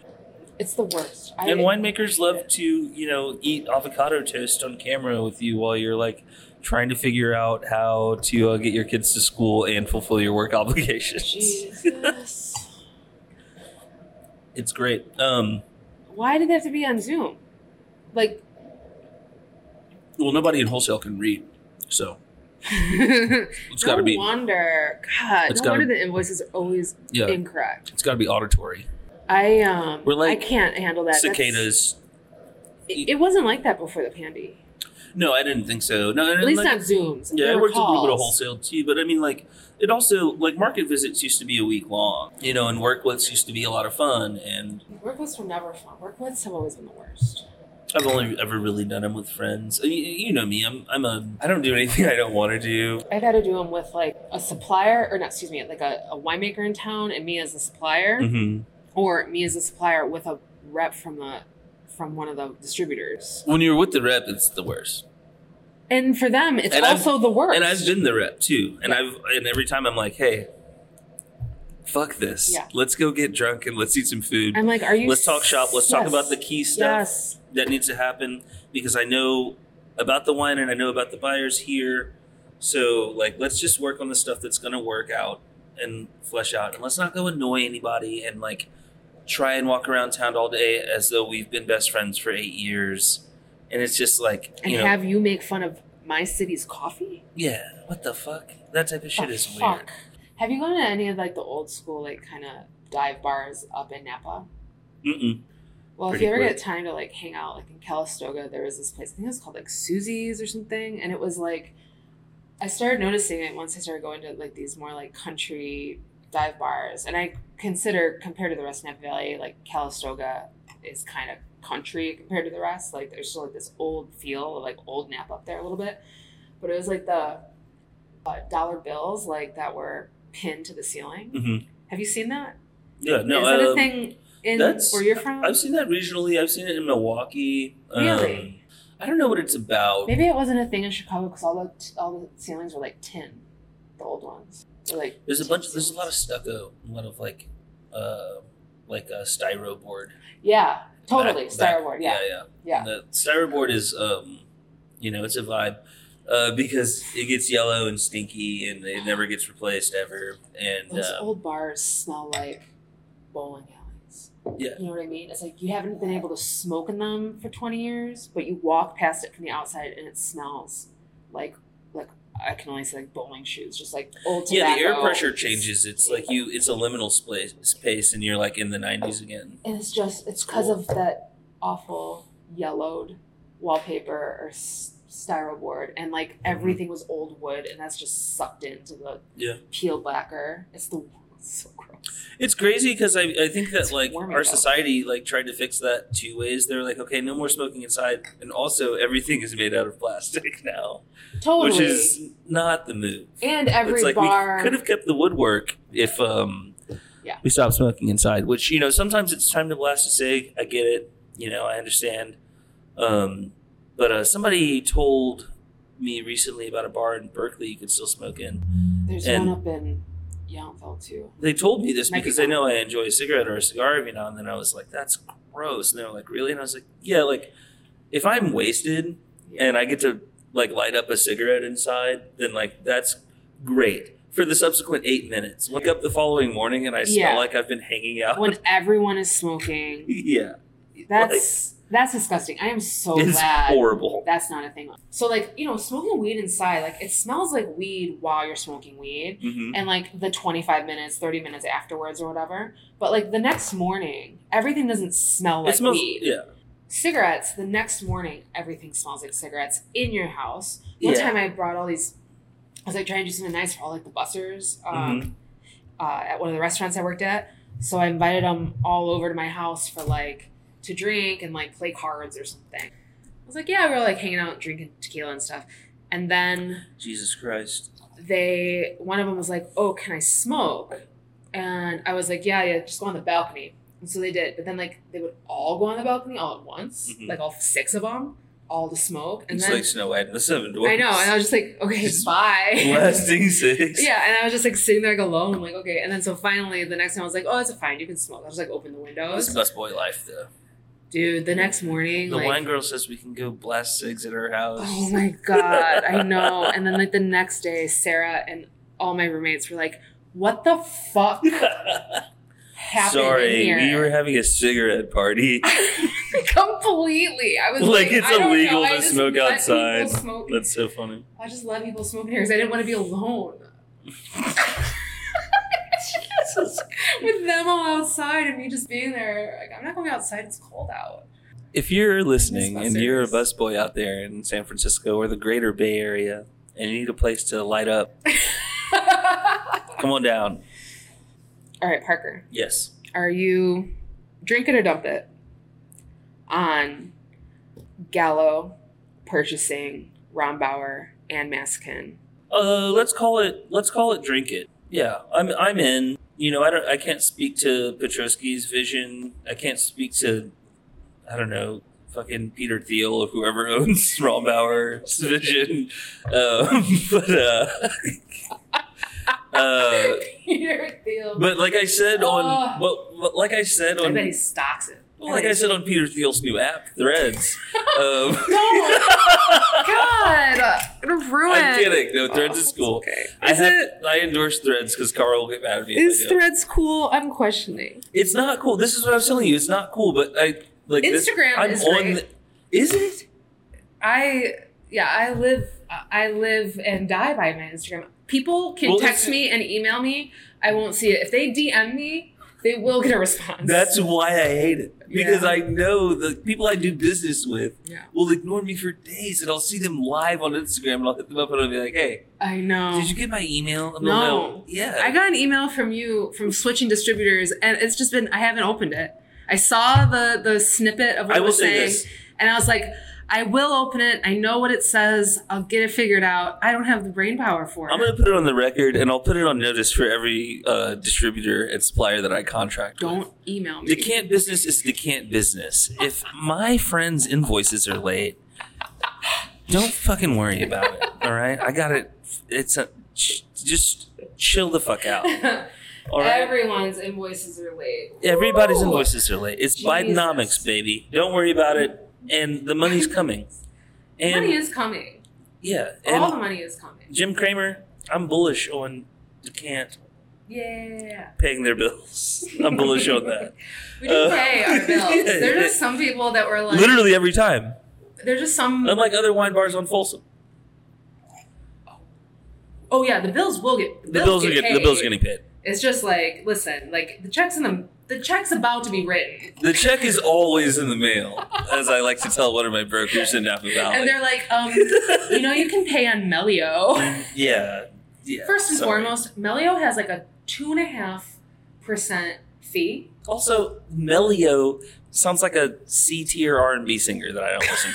Speaker 2: It's the worst. I,
Speaker 1: and winemakers love to, you know, eat avocado toast on camera with you while you're like trying to figure out how to uh, get your kids to school and fulfill your work [LAUGHS] obligations.
Speaker 2: Jesus.
Speaker 1: It's great. Um,
Speaker 2: Why did they have to be on Zoom? Like,
Speaker 1: well, nobody in wholesale can read, so it's got to
Speaker 2: no
Speaker 1: be
Speaker 2: wonder. God,
Speaker 1: It's
Speaker 2: no
Speaker 1: gotta-
Speaker 2: wonder the invoices are always
Speaker 1: yeah,
Speaker 2: incorrect.
Speaker 1: it's got to be auditory.
Speaker 2: I um,
Speaker 1: We're like
Speaker 2: I can't handle that. That's-
Speaker 1: Cicadas.
Speaker 2: It, it wasn't like that before the pandy.
Speaker 1: No, I didn't think so. No,
Speaker 2: At least on Zooms.
Speaker 1: Yeah,
Speaker 2: There
Speaker 1: I
Speaker 2: were
Speaker 1: worked a little bit of
Speaker 2: calls.
Speaker 1: wholesale too, but I mean, like, it also like market visits used to be a week long, you know, and work with used to be a lot of fun, and
Speaker 2: Workwits were never fun. Workwits have always been the worst.
Speaker 1: I've only ever really done them with friends. I mean, you know me, I'm I'm a I don't do anything [LAUGHS] I don't want to do.
Speaker 2: I've had to do them with like a supplier, or not, excuse me, like a, a winemaker in town, and me as the supplier,
Speaker 1: hmm
Speaker 2: or me as the supplier with a rep from the from one of the distributors.
Speaker 1: When you're with the rep, it's the worst,
Speaker 2: And for them, it's
Speaker 1: And I've-
Speaker 2: also the worst.
Speaker 1: and I've been the rep too, and I've and every time I'm like, hey, fuck this,
Speaker 2: Yeah.
Speaker 1: let's go get drunk and let's eat some food.
Speaker 2: I'm like, are you?
Speaker 1: Let's talk shop. Let's talk
Speaker 2: Yes.
Speaker 1: about the key stuff.
Speaker 2: Yes.
Speaker 1: that needs to happen because I know about the wine and I know about the buyers here. So like let's just work on the stuff that's gonna work out and flesh out and let's not go annoy anybody and like try and walk around town all day as though we've been best friends for eight years. And it's just like
Speaker 2: And
Speaker 1: you know
Speaker 2: have you make fun of my city's coffee?
Speaker 1: Yeah, what the fuck? That type of shit
Speaker 2: The
Speaker 1: is
Speaker 2: Oh, fuck?
Speaker 1: weird.
Speaker 2: Have you gone to any of like the old school like kind of dive bars up in Napa?
Speaker 1: Mm-mm.
Speaker 2: Well,
Speaker 1: Pretty
Speaker 2: if you ever
Speaker 1: quick.
Speaker 2: get time to like hang out, like in Calistoga, there was this place. I think it was called like Susie's or something, and it was like I started noticing it once I started going to like these more like country dive bars, and I consider compared to the rest of Napa Valley, like Calistoga is kind of country compared to the rest. Like there's still like this old feel of like old Napa up there a little bit, but it was like the uh, dollar bills like that were pinned to the ceiling.
Speaker 1: Mm-hmm.
Speaker 2: Have you seen that?
Speaker 1: Yeah, no.
Speaker 2: is that a
Speaker 1: um,
Speaker 2: thing in
Speaker 1: that's-
Speaker 2: where you're from?
Speaker 1: I've seen that regionally. I've seen it in Milwaukee. Um,
Speaker 2: Really?
Speaker 1: I don't know what it's about.
Speaker 2: Maybe it wasn't a thing in Chicago because all the all the ceilings were like tin, the old ones. They're like
Speaker 1: There's a
Speaker 2: tin
Speaker 1: bunch. Of, there's a
Speaker 2: ceilings.
Speaker 1: lot of stucco, a lot of like, uh, like a styroboard.
Speaker 2: yeah, totally
Speaker 1: Back- back-
Speaker 2: styroboard. Yeah,
Speaker 1: yeah,
Speaker 2: yeah,
Speaker 1: The styroboard is, um, you know, it's a vibe uh, because it gets yellow and stinky, and it never gets replaced ever. And
Speaker 2: Those
Speaker 1: uh,
Speaker 2: old bars smell like bowling alleys.
Speaker 1: Yeah.
Speaker 2: you know what I mean. It's like you haven't been able to smoke in them for twenty years, but you walk past it from the outside and it smells like like I can only say like bowling shoes, just like old. Tobacco.
Speaker 1: yeah, the air pressure changes. It's like you. It's a liminal space, space, and you're like in the '90s again.
Speaker 2: And it's just it's because of that awful yellowed wallpaper or s- styroboard, and like
Speaker 1: Mm-hmm.
Speaker 2: everything was old wood, and that's just sucked into the
Speaker 1: Yeah.
Speaker 2: peel lacquer. It's the [LAUGHS] it's so gross.
Speaker 1: It's crazy because I, I think that
Speaker 2: It's
Speaker 1: like
Speaker 2: warming
Speaker 1: our
Speaker 2: up.
Speaker 1: society like tried to fix that two ways. They're like, okay, no more smoking inside, and also everything is made out of plastic [LAUGHS] now.
Speaker 2: Totally.
Speaker 1: which is not the move.
Speaker 2: and every
Speaker 1: it's like
Speaker 2: bar
Speaker 1: we could have kept the woodwork if um
Speaker 2: Yeah.
Speaker 1: we stopped smoking inside. Which you know sometimes it's time to blast a cig. I get it. You know I understand. Um, but uh, somebody told me recently about a bar in Berkeley you could still smoke in.
Speaker 2: there's
Speaker 1: and-
Speaker 2: one up in Yountville too.
Speaker 1: They told me this
Speaker 2: Might be
Speaker 1: because they know I
Speaker 2: gone.
Speaker 1: enjoy a cigarette or a cigar every now and then. I was like, that's gross. And they were like, really? And I was like, yeah, like if I'm wasted
Speaker 2: Yeah.
Speaker 1: and I get to like light up a cigarette inside, then like that's great. For the subsequent eight minutes, wake up the following morning and I smell
Speaker 2: Yeah.
Speaker 1: like I've been hanging out.
Speaker 2: when everyone is smoking,
Speaker 1: [LAUGHS] yeah.
Speaker 2: that's that's disgusting. I am so
Speaker 1: it's
Speaker 2: glad
Speaker 1: horrible.
Speaker 2: that's not a thing. So like you know, smoking weed inside, like it smells like weed while you're smoking weed.
Speaker 1: hmm
Speaker 2: and like the 25 minutes 30 minutes afterwards or whatever but like the next morning everything doesn't smell like
Speaker 1: it smells.
Speaker 2: weed
Speaker 1: Yeah.
Speaker 2: cigarettes the next morning everything smells like cigarettes in your house one
Speaker 1: Yeah.
Speaker 2: time i brought all these i was like trying to do something nice for all like the bussers um,
Speaker 1: Mm-hmm.
Speaker 2: uh, at one of the restaurants i worked at so i invited them all over to my house for like to drink and like play cards or something i was like yeah we were like hanging out drinking tequila and stuff and then
Speaker 1: Jesus Christ.
Speaker 2: they one of them was like, "Oh, can I smoke?" And I was like, "Yeah, yeah, just go on the balcony." And so they did. But then like they would all go on the balcony all at once,
Speaker 1: Mhm.
Speaker 2: like all six of them, all to smoke. And
Speaker 1: it's
Speaker 2: then
Speaker 1: like Snow White and the Seven Dwarfs.
Speaker 2: I know, and I was just like, "Okay,
Speaker 1: Just
Speaker 2: bye."
Speaker 1: Lasting six.
Speaker 2: [LAUGHS] Yeah, and I was just like sitting there like alone, I'm like okay. And then so finally, the next time I was like, "Oh, it's fine, you can smoke." I just like open the
Speaker 1: That's
Speaker 2: windows,
Speaker 1: best boy life, though.
Speaker 2: dude. The next morning,
Speaker 1: The
Speaker 2: like,
Speaker 1: wine girl says we can go blast cigs at her house. [LAUGHS]
Speaker 2: Oh my god, I know. And then like the next day, Sarah and all my roommates were like, "What the fuck happened in
Speaker 1: Sorry,
Speaker 2: here?"
Speaker 1: we were having a cigarette party.
Speaker 2: [LAUGHS] Completely. I was
Speaker 1: Like,
Speaker 2: like,
Speaker 1: it's
Speaker 2: I don't
Speaker 1: illegal
Speaker 2: know. I
Speaker 1: to
Speaker 2: just
Speaker 1: smoke
Speaker 2: let
Speaker 1: outside.
Speaker 2: people smoke-
Speaker 1: That's so funny.
Speaker 2: I just let people smoke in here because I didn't want to
Speaker 1: [LAUGHS]
Speaker 2: be alone. [LAUGHS] Jesus. With them all outside and me just being there, like I'm not going outside. It's cold out. [LAUGHS]
Speaker 1: If you're listening and
Speaker 2: buzzers.
Speaker 1: you're a busboy out there in San Francisco or the greater Bay Area and you need a place to light up, come on down.
Speaker 2: all right, Parker.
Speaker 1: Yes.
Speaker 2: are you drink it or dump it on Gallo purchasing Rombauer and Maskin?
Speaker 1: Uh, let's call it. Let's call it. Drink it. Yeah, I'm. I'm in. You know, I don't. I can't speak to Petrosky's vision. I can't speak to. I don't know. Fucking Peter Thiel or whoever [LAUGHS] owns Rombauer's vision. Um, but uh, [LAUGHS]
Speaker 2: [LAUGHS]
Speaker 1: uh,
Speaker 2: Peter Thiel.
Speaker 1: but like I said on. Well, well, like I said
Speaker 2: I
Speaker 1: on.
Speaker 2: bet he stocks it.
Speaker 1: well, like I said on Peter Thiel's new app, Threads.
Speaker 2: [LAUGHS]
Speaker 1: Um,
Speaker 2: No!
Speaker 1: [LAUGHS]
Speaker 2: God, I'm gonna ruin.
Speaker 1: I'm kidding. No, Threads
Speaker 2: Oh,
Speaker 1: is cool.
Speaker 2: it's Okay.
Speaker 1: I
Speaker 2: Is
Speaker 1: have,
Speaker 2: it-
Speaker 1: I endorse Threads because Carl will get mad at me. if I
Speaker 2: Is
Speaker 1: do.
Speaker 2: Threads cool? I'm questioning.
Speaker 1: It's not cool. This is what I was telling you. It's not cool. But I like This,
Speaker 2: Instagram
Speaker 1: I'm
Speaker 2: is
Speaker 1: on.
Speaker 2: great.
Speaker 1: The, is it?
Speaker 2: I yeah, I live I live and die by my Instagram. People can
Speaker 1: Well,
Speaker 2: text
Speaker 1: it's-
Speaker 2: me and email me. I won't see it. If they DM me, they will get a response.
Speaker 1: That's why I hate it because
Speaker 2: Yeah.
Speaker 1: I know the people I do business with
Speaker 2: yeah.
Speaker 1: will ignore me for days, and I'll see them live on Instagram, and I'll hit them up, and I'll be like, "Hey,
Speaker 2: I know.
Speaker 1: did you get my email?" And they'll
Speaker 2: No.
Speaker 1: know, yeah.
Speaker 2: I got an email from you from switching distributors and it's just been I haven't opened it. I saw the the snippet of what
Speaker 1: I
Speaker 2: it
Speaker 1: will
Speaker 2: was
Speaker 1: say
Speaker 2: saying
Speaker 1: this.
Speaker 2: and I was like I will open it. I know what it says. I'll get it figured out. I don't have the brain power for it.
Speaker 1: I'm gonna put it on the record, and I'll put it on notice for every uh, distributor and supplier that I contract. with.
Speaker 2: don't email me. [LAUGHS]
Speaker 1: Decant business is decant business. If my friend's invoices are late, don't fucking worry about it. All right, I got it. It's a ch- just chill the fuck out. All right,
Speaker 2: Everyone's invoices are late.
Speaker 1: everybody's
Speaker 2: Woo!
Speaker 1: invoices are late. It's
Speaker 2: Jesus.
Speaker 1: Bidenomics, baby. Don't worry about it, and the money's coming. And
Speaker 2: [LAUGHS] money is coming.
Speaker 1: yeah,
Speaker 2: All the
Speaker 1: and
Speaker 2: money is coming.
Speaker 1: Jim Cramer, I'm bullish on decant
Speaker 2: Yeah.
Speaker 1: paying their bills. [LAUGHS] I'm bullish on that.
Speaker 2: We do
Speaker 1: Uh,
Speaker 2: pay
Speaker 1: [LAUGHS]
Speaker 2: our bills. There's just some people that were like,
Speaker 1: Literally every time.
Speaker 2: there's just some.
Speaker 1: Unlike other wine bars on Folsom.
Speaker 2: oh, yeah, the bills will get.
Speaker 1: The bills, are getting, the
Speaker 2: paid.
Speaker 1: bills are getting paid.
Speaker 2: It's just like, listen, like the check's in the. The check's about to be written.
Speaker 1: The check is always in the mail, as I like to tell one of my brokers in Napa
Speaker 2: And
Speaker 1: Valley.
Speaker 2: they're like, um, you know, you can pay on Melio.
Speaker 1: [LAUGHS] yeah, yeah.
Speaker 2: First and
Speaker 1: sorry.
Speaker 2: foremost, Melio has like a 2.5% fee.
Speaker 1: Also, Melio sounds like a C tier R and B singer that I don't listen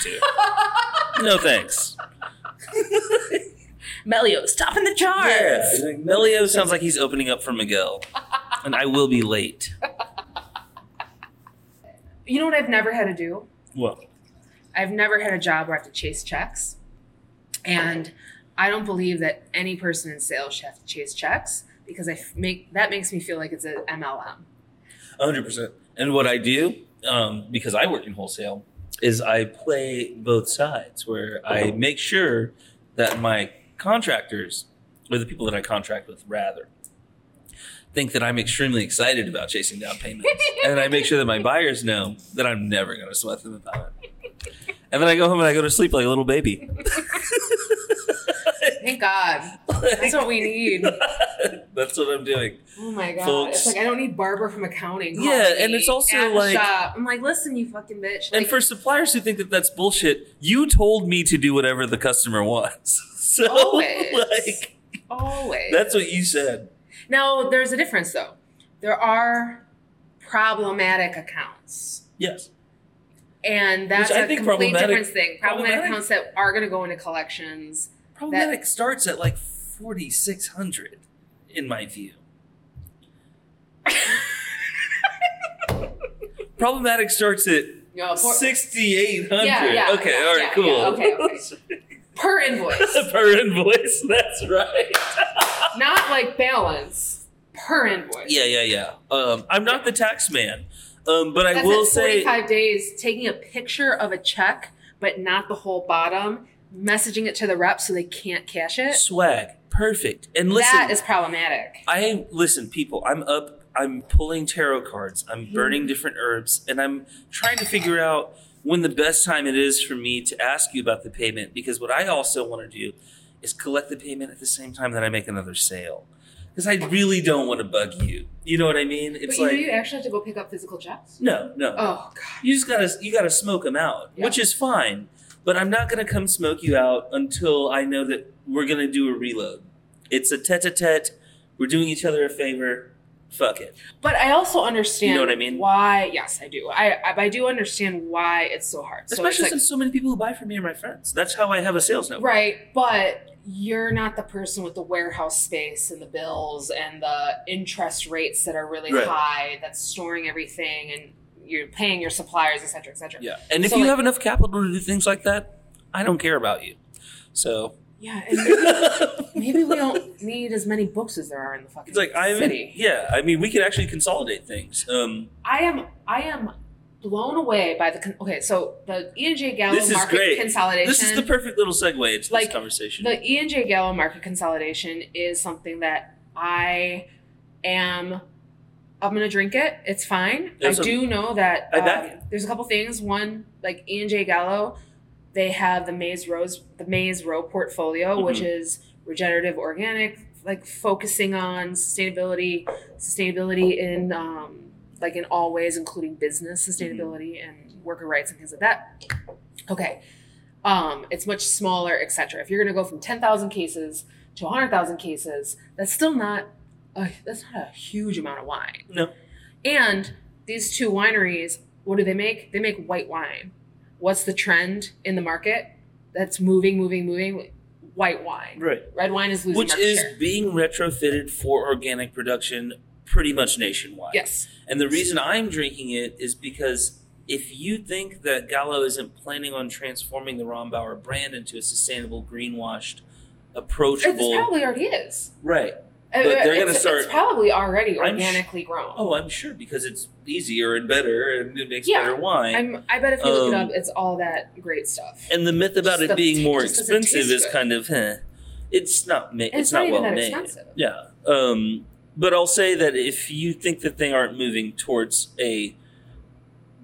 Speaker 1: to. no thanks.
Speaker 2: Melio, stop in the charts.
Speaker 1: Yeah, like, Melio sounds like he's opening up for Miguel, and I will be late.
Speaker 2: You know what I've never had to do?
Speaker 1: Well,
Speaker 2: I've never had a job where I have to chase checks. And I don't believe that any person in sales should have to chase checks. because I f- make that makes me feel like it's an MLM.
Speaker 1: hundred percent. And what I do, um, because I work in wholesale, is I play both sides, where
Speaker 2: Uh-huh.
Speaker 1: I make sure that my contractors, or the people that I contract with, rather, think that I'm extremely excited about chasing down
Speaker 2: [LAUGHS]
Speaker 1: payments, and I make sure that my buyers know that I'm never going to sweat them about it. And then I go home and I go to sleep like a little
Speaker 2: [LAUGHS]
Speaker 1: baby. [LAUGHS]
Speaker 2: Thank God, that's what we need.
Speaker 1: [LAUGHS] That's what I'm doing.
Speaker 2: Oh my God,
Speaker 1: Folks.
Speaker 2: it's like I don't need Barbara from accounting.
Speaker 1: Yeah,
Speaker 2: calling
Speaker 1: and
Speaker 2: me
Speaker 1: it's also
Speaker 2: at the
Speaker 1: like-
Speaker 2: shop. I'm like, listen, you fucking bitch. Like,
Speaker 1: and for suppliers who think that that's bullshit, you told me to do whatever the customer wants. [LAUGHS] So,
Speaker 2: Always.
Speaker 1: like,
Speaker 2: always.
Speaker 1: that's what you said.
Speaker 2: Now, there's a difference though. There are problematic accounts.
Speaker 1: Yes.
Speaker 2: And that's
Speaker 1: I
Speaker 2: a
Speaker 1: think
Speaker 2: complete
Speaker 1: problematic-
Speaker 2: different thing. Problematic,
Speaker 1: problematic-
Speaker 2: accounts that are going to go into collections.
Speaker 1: Problematic starts at like 4,600, in my
Speaker 2: [LAUGHS]
Speaker 1: view. Problematic starts at
Speaker 2: No, for-
Speaker 1: 6,800.
Speaker 2: Yeah, yeah,
Speaker 1: okay,
Speaker 2: yeah,
Speaker 1: all right,
Speaker 2: yeah,
Speaker 1: cool.
Speaker 2: yeah, okay, okay. per
Speaker 1: [LAUGHS]
Speaker 2: invoice,
Speaker 1: Per invoice, that's right.
Speaker 2: not like balance. Per invoice.
Speaker 1: Yeah, yeah, yeah. Um, I'm not the tax man, um, but I
Speaker 2: That's
Speaker 1: will
Speaker 2: at
Speaker 1: say.
Speaker 2: 45 days taking a picture of a check, but not the whole bottom, messaging it to the rep so they can't cash
Speaker 1: [LAUGHS]
Speaker 2: it.
Speaker 1: swag perfect and listen
Speaker 2: that is problematic.
Speaker 1: i listen people i'm up i'm pulling tarot cards i'm
Speaker 2: Hmm.
Speaker 1: burning different herbs and i'm trying to figure out when the best time it is for me to ask you about the payment because what i also want to do is collect the payment at the same time that i make another sale because i really don't want to bug you you know what i mean it's
Speaker 2: but you
Speaker 1: like
Speaker 2: know, you actually have to go pick up physical checks.
Speaker 1: no no
Speaker 2: Oh God.
Speaker 1: you just gotta you gotta smoke them out,
Speaker 2: Yeah.
Speaker 1: which is fine. But I'm not gonna come smoke you out until I know that we're gonna do a reload. It's a tete-a-tete. We're doing each other a favor. Fuck it.
Speaker 2: But I also understand.
Speaker 1: what I mean?
Speaker 2: Why? Yes, I do. I I, I do understand why it's so hard. So
Speaker 1: Especially
Speaker 2: it's like,
Speaker 1: since so many people who buy from me are my friends. That's how I have a sales network.
Speaker 2: right, but you're not the person with the warehouse space and the bills and the interest rates that are really
Speaker 1: Right.
Speaker 2: high. That's storing everything and you're paying your suppliers, et cetera, et cetera.
Speaker 1: Yeah. And if
Speaker 2: So,
Speaker 1: you
Speaker 2: like-
Speaker 1: have enough capital to do things like that, I don't care about you.
Speaker 2: [LAUGHS]
Speaker 1: So
Speaker 2: Yeah, and maybe,
Speaker 1: it's
Speaker 2: maybe we don't need as many books as there are in the fucking
Speaker 1: like I'm
Speaker 2: city.
Speaker 1: yeah. I mean, we could actually consolidate things. Um,
Speaker 2: I am I am blown away by the con- okay. So the E and J Gallo
Speaker 1: This is
Speaker 2: market
Speaker 1: great.
Speaker 2: consolidation.
Speaker 1: this is the perfect little segue into
Speaker 2: Like,
Speaker 1: this conversation.
Speaker 2: The E and J Gallo market consolidation is something that I am. I'm gonna drink it. It's fine.
Speaker 1: There's
Speaker 2: I
Speaker 1: a-
Speaker 2: do know that uh,
Speaker 1: I back it.
Speaker 2: there's a couple things. One, like E and J Gallo, they have the Maze Rose, the Maze Row portfolio, which
Speaker 1: Mm-hmm.
Speaker 2: is regenerative organic, like focusing on sustainability, sustainability in um, like in all ways, including business sustainability
Speaker 1: Mm-hmm.
Speaker 2: and worker rights and things like that. Okay, um, it's much smaller, etc. If you're going to go from 10,000 cases to 100,000 cases, that's still not a, that's not a huge amount of wine.
Speaker 1: No.
Speaker 2: And these two wineries, what do they make? They make white wine. What's the trend in the market that's moving, moving, moving? White wine.
Speaker 1: right.
Speaker 2: Red wine is losing
Speaker 1: which
Speaker 2: market
Speaker 1: is
Speaker 2: share.
Speaker 1: being retrofitted for organic production pretty much nationwide.
Speaker 2: Yes.
Speaker 1: And the reason I'm drinking it is because if you think that Gallo isn't planning on transforming the Rombauer brand into a sustainable, greenwashed,
Speaker 2: It
Speaker 1: approachable,
Speaker 2: probably already is.
Speaker 1: right?
Speaker 2: But
Speaker 1: they're gonna
Speaker 2: Uh, it's,
Speaker 1: start-
Speaker 2: It's probably already
Speaker 1: I'm sh-
Speaker 2: organically grown.
Speaker 1: Oh, I'm sure because it's easier and better, and it makes
Speaker 2: Yeah,
Speaker 1: better wine.
Speaker 2: I'm, I bet if you look
Speaker 1: Um,
Speaker 2: it up, it's all that great stuff.
Speaker 1: and the myth about
Speaker 2: Just
Speaker 1: it
Speaker 2: the-
Speaker 1: being more
Speaker 2: just doesn't
Speaker 1: expensive
Speaker 2: taste
Speaker 1: is
Speaker 2: good.
Speaker 1: kind of eh. it's not ma- it's,
Speaker 2: It's
Speaker 1: not,
Speaker 2: not even
Speaker 1: well
Speaker 2: that
Speaker 1: made
Speaker 2: expensive.
Speaker 1: yeah um but i'll say that if you think that they aren't moving towards a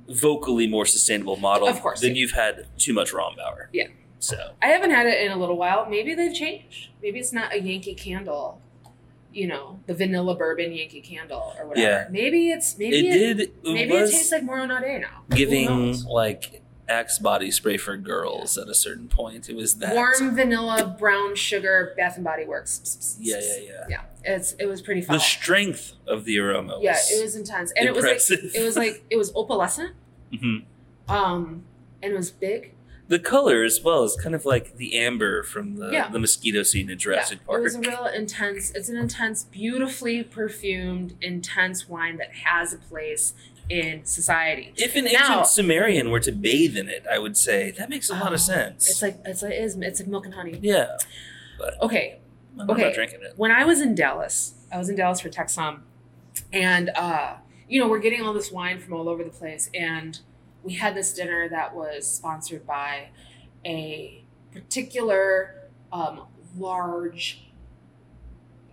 Speaker 1: vocally more sustainable model
Speaker 2: Of course,
Speaker 1: then
Speaker 2: yeah.
Speaker 1: you've had too much rombauer
Speaker 2: Yeah.
Speaker 1: so
Speaker 2: I haven't had it in a little while. Maybe they've changed. Maybe it's not a Yankee Candle, you know, the vanilla bourbon Yankee Candle or whatever.
Speaker 1: Yeah.
Speaker 2: Maybe it's maybe
Speaker 1: it,
Speaker 2: it,
Speaker 1: did it
Speaker 2: maybe it
Speaker 1: was
Speaker 2: tastes like Moro Nade now. Who
Speaker 1: giving
Speaker 2: knows?
Speaker 1: like axe body spray for girls at a certain point it was that
Speaker 2: warm vanilla brown sugar Bath and Body Works.
Speaker 1: yeah yeah yeah
Speaker 2: Yeah, it's it was pretty fun.
Speaker 1: the strength of the aroma was
Speaker 2: yeah, it was intense, and
Speaker 1: impressive.
Speaker 2: it was like it was like it was opalescent,
Speaker 1: Mhm.
Speaker 2: um, and it was big.
Speaker 1: The color as well is kind of like the amber from the,
Speaker 2: Yeah.
Speaker 1: the mosquito scene in
Speaker 2: Yeah,
Speaker 1: Jurassic Park.
Speaker 2: It was a real intense. It's an intense, beautifully perfumed, intense wine that has a place in society.
Speaker 1: if an
Speaker 2: Now-
Speaker 1: ancient Sumerian were to bathe in it, I would say that makes a lot
Speaker 2: Oh,
Speaker 1: of sense.
Speaker 2: It's like it's like it's, it's like milk and honey.
Speaker 1: yeah,
Speaker 2: Okay,
Speaker 1: I'm
Speaker 2: Okay.
Speaker 1: not drinking it.
Speaker 2: when I was in Dallas, I was in Dallas for Texom, and uh, you know we're getting all this wine from all over the place, and we had this dinner that was sponsored by a particular um, large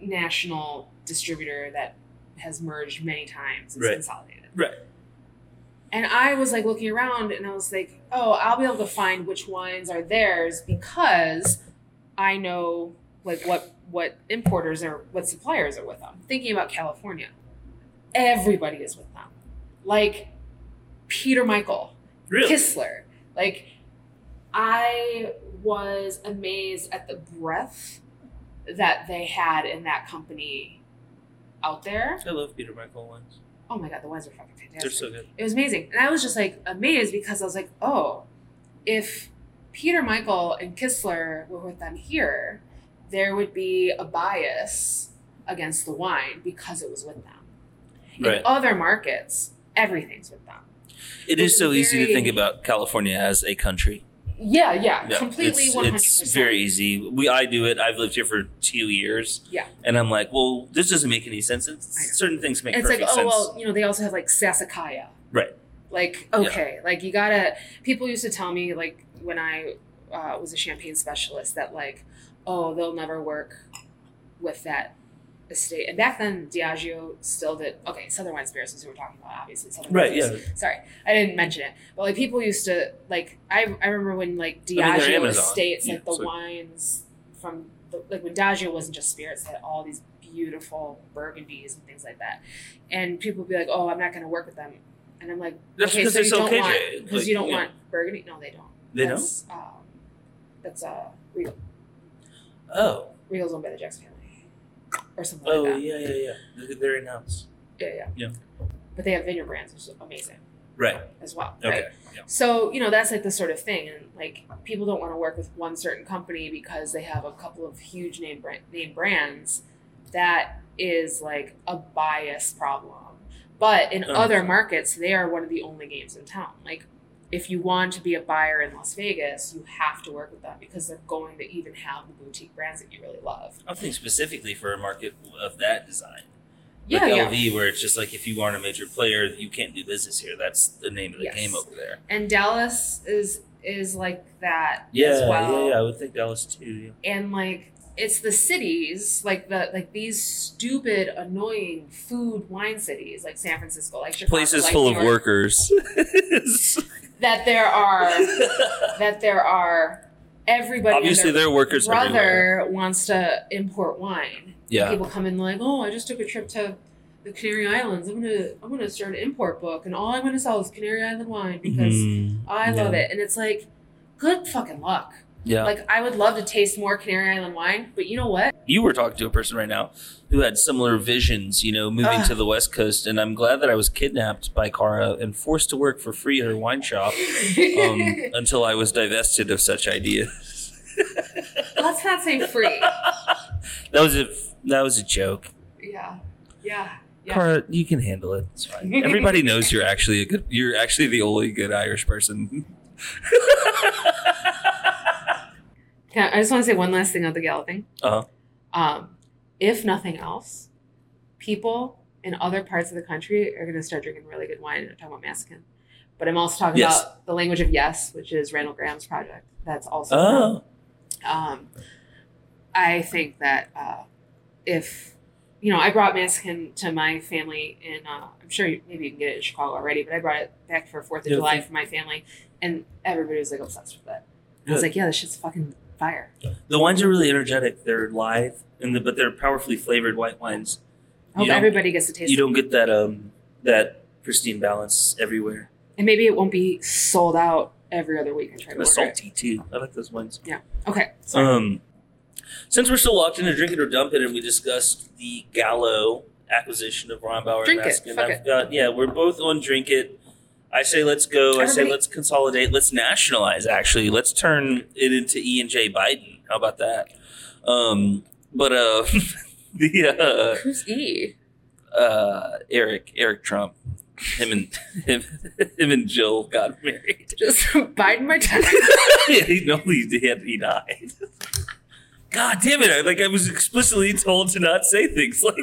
Speaker 2: national distributor that has merged many times and
Speaker 1: Right.
Speaker 2: consolidated.
Speaker 1: Right.
Speaker 2: And I was like looking around and I was like, oh, I'll be able to find which wines are theirs because I know like what what importers are what suppliers are with them. Thinking about California. Everybody is with them. Like Peter Michael,
Speaker 1: Really?
Speaker 2: Kistler. Like I was amazed at the breadth that they had in that company out there.
Speaker 1: I love Peter Michael wines.
Speaker 2: Oh my god, the wines are fucking fantastic
Speaker 1: They're so good.
Speaker 2: it was amazing. And I was just like amazed because I was like, oh, if Peter Michael and Kistler were with them here, there would be a bias against the wine because it was with them.
Speaker 1: Right.
Speaker 2: In other markets, everything's with them.
Speaker 1: It is so easy to
Speaker 2: very-
Speaker 1: think about California as a country.
Speaker 2: Yeah, yeah,
Speaker 1: Yeah,
Speaker 2: completely
Speaker 1: it's,
Speaker 2: one hundred
Speaker 1: It's very
Speaker 2: percent.
Speaker 1: easy. We I do it. I've lived here for two years.
Speaker 2: Yeah.
Speaker 1: And I'm like, well, this doesn't make any sense. It's,
Speaker 2: I know.
Speaker 1: certain things make
Speaker 2: It's like,
Speaker 1: perfect
Speaker 2: oh
Speaker 1: sense.
Speaker 2: well, you know, they also have like Sasakaya.
Speaker 1: Right.
Speaker 2: Like, okay, like you gotta. People used to tell me, like, when I uh, was a champagne specialist, that like, oh, they'll never work with that estate. And back then, Diageo still did. Okay, Southern Wine Spirits is who we're talking about, obviously. Southern Wine
Speaker 1: right.
Speaker 2: Spirits.
Speaker 1: Yeah.
Speaker 2: Sorry, I didn't mention it. But like, people used to like. I I remember when like
Speaker 1: mean, they're
Speaker 2: Diageo
Speaker 1: Amazon.
Speaker 2: estates, like
Speaker 1: Yeah,
Speaker 2: the
Speaker 1: so-
Speaker 2: wines from the, like when Diageo wasn't just spirits, they had all these beautiful burgundies and things like that. And people would be like, oh, I'm not going to work with them. And I'm like,
Speaker 1: That's
Speaker 2: okay,
Speaker 1: because
Speaker 2: so you
Speaker 1: it's
Speaker 2: don't
Speaker 1: okay,
Speaker 2: want
Speaker 1: Jay.
Speaker 2: because
Speaker 1: Like,
Speaker 2: you don't
Speaker 1: yeah.
Speaker 2: want burgundy. No, they don't.
Speaker 1: They don't.
Speaker 2: that's, Um, that's uh, Regal.
Speaker 1: Oh.
Speaker 2: Regal's owned by the Jackson family, or something
Speaker 1: Oh
Speaker 2: like that.
Speaker 1: yeah, yeah, yeah. They're- They're in house.
Speaker 2: Yeah. yeah,
Speaker 1: Yeah.
Speaker 2: But they have vineyard brands, which is amazing
Speaker 1: Right.
Speaker 2: as well,
Speaker 1: Okay.
Speaker 2: right?
Speaker 1: Yeah.
Speaker 2: So you know that's like the sort of thing, and like people don't want to work with one certain company because they have a couple of huge name brand name brands. That is like a bias problem. But in
Speaker 1: Oh.
Speaker 2: other markets, they are one of the only games in town. Like if you want to be a buyer in Las Vegas, you have to work with them because they're going to even have the boutique brands that you really love.
Speaker 1: I'm thinking specifically for a market of that design. Like
Speaker 2: Yeah, yeah.
Speaker 1: LV, where it's just like if you aren't a major player, you can't do business here. That's the name of the
Speaker 2: Yes.
Speaker 1: game over there.
Speaker 2: And Dallas is is like that
Speaker 1: Yeah,
Speaker 2: as well.
Speaker 1: yeah, yeah. I would think Dallas too. Yeah.
Speaker 2: and like it's the cities like the like these stupid annoying food wine cities like san francisco like Chicago,
Speaker 1: Places
Speaker 2: like
Speaker 1: full
Speaker 2: New
Speaker 1: of
Speaker 2: York,
Speaker 1: [LAUGHS] workers.
Speaker 2: that there are that there are everybody and
Speaker 1: Obviously,
Speaker 2: their
Speaker 1: there are workers
Speaker 2: brother
Speaker 1: everywhere.
Speaker 2: wants to import wine
Speaker 1: Yeah.
Speaker 2: people come in like oh i just took a trip to the canary islands i'm gonna i'm gonna start an import book and all i'm gonna sell is canary island wine because
Speaker 1: Mhm.
Speaker 2: i love
Speaker 1: Yeah.
Speaker 2: it and it's like good fucking luck
Speaker 1: Yeah.
Speaker 2: like i would love to taste more canary island wine but you know what
Speaker 1: you were talking to a person right now who had similar visions, you know, moving
Speaker 2: Ugh.
Speaker 1: to the West Coast. And I'm glad that I was kidnapped by Cara and forced to work for free at her wine shop
Speaker 2: [LAUGHS]
Speaker 1: um, until I was divested of such ideas.
Speaker 2: Let's not say free.
Speaker 1: That was a that was a joke.
Speaker 2: Yeah. Yeah. Yeah.
Speaker 1: Cara, you can handle it. It's fine. Everybody knows you're actually a good. You're actually the only good Irish person.
Speaker 2: Can I, I just want to say one last thing on the galloping.
Speaker 1: Uh-huh.
Speaker 2: Um, if nothing else, people in other parts of the country are going to start drinking really good wine. I'm talking about Mexican. But I'm also talking
Speaker 1: Yes.
Speaker 2: about the language of yes, which is Randall Graham's project. That's also.
Speaker 1: Oh,
Speaker 2: Um, I think that uh, if you know, I brought Mexican to my family, and uh, I'm sure you, maybe you can get it in Chicago already, but I brought it back for Fourth of
Speaker 1: Yeah,
Speaker 2: July
Speaker 1: thank-
Speaker 2: for my family, and everybody was like obsessed with it. I was
Speaker 1: Good.
Speaker 2: like, yeah, this shit's fucking fire.
Speaker 1: the wines are really energetic. They're live, and the, but they're powerfully flavored white wines.
Speaker 2: I hope
Speaker 1: You don't-
Speaker 2: everybody gets to taste
Speaker 1: You
Speaker 2: it,
Speaker 1: don't get that um that pristine balance everywhere.
Speaker 2: and maybe it won't be sold out every other week. I try to
Speaker 1: Kind of
Speaker 2: order it.
Speaker 1: salty too. I like those ones.
Speaker 2: Okay, sorry.
Speaker 1: Um, since we're still locked into drink it or dump it, and we discussed the Gallo acquisition of Ron Bauer
Speaker 2: Drink it.
Speaker 1: and Maskin,
Speaker 2: Fuck
Speaker 1: I've got yeah, we're both on drink it. I say let's go. I say
Speaker 2: Everybody-
Speaker 1: let's consolidate. Let's nationalize. Actually, let's turn it into E and J Biden. How about that? Um, but uh, [LAUGHS] the
Speaker 2: Who's E?
Speaker 1: uh, uh, Eric Eric Trump, him and [LAUGHS] him, him and Jill got married.
Speaker 2: [LAUGHS]
Speaker 1: [LAUGHS]
Speaker 2: Just Biden my tongue.
Speaker 1: yeah, he, no, he, he, had- he died. God damn it! I, like I was explicitly told to not say things like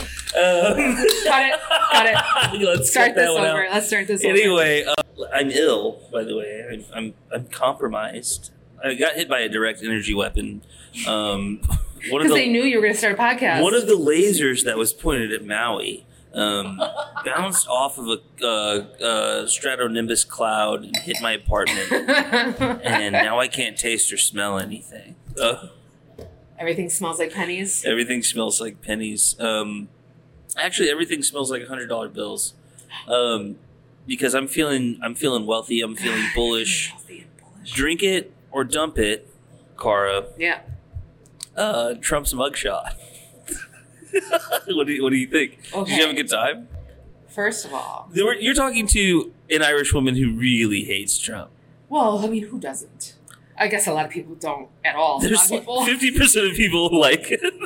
Speaker 1: that.
Speaker 2: Cut it. Cut it.
Speaker 1: Um, [LAUGHS] let's
Speaker 2: Start
Speaker 1: cut that
Speaker 2: this
Speaker 1: one
Speaker 2: over.
Speaker 1: out.
Speaker 2: Let's start this over.
Speaker 1: Anyway, uh, I'm ill. By the way, I'm I'm, I'm compromised. I got hit by a direct energy weapon. Um, one of
Speaker 2: Because
Speaker 1: the
Speaker 2: they knew you were going to start a podcast. [LAUGHS]
Speaker 1: one of the lasers that was pointed at Maui um, bounced off of a uh, uh, stratonimbus cloud and hit my apartment, and now I can't taste or smell anything. Uh,
Speaker 2: Everything smells like pennies.
Speaker 1: everything smells like pennies. Um, actually, everything smells like hundred dollar bills. Um, because I'm feeling, I'm feeling wealthy. I'm feeling bullish.
Speaker 2: Mm, Healthy and bullish.
Speaker 1: Drink it or dump it, Cara.
Speaker 2: Yeah.
Speaker 1: Uh, Trump's mugshot. [LAUGHS] what do you, What do you think? Did you have a
Speaker 2: Okay.
Speaker 1: good time?
Speaker 2: First of all,
Speaker 1: There were- You're talking to an Irish woman who really hates Trump.
Speaker 2: well, I mean, who doesn't? I guess a lot of people don't at all. a lot
Speaker 1: There's
Speaker 2: of people.
Speaker 1: fifty percent of people like
Speaker 2: [LAUGHS]
Speaker 1: it.
Speaker 2: Fifty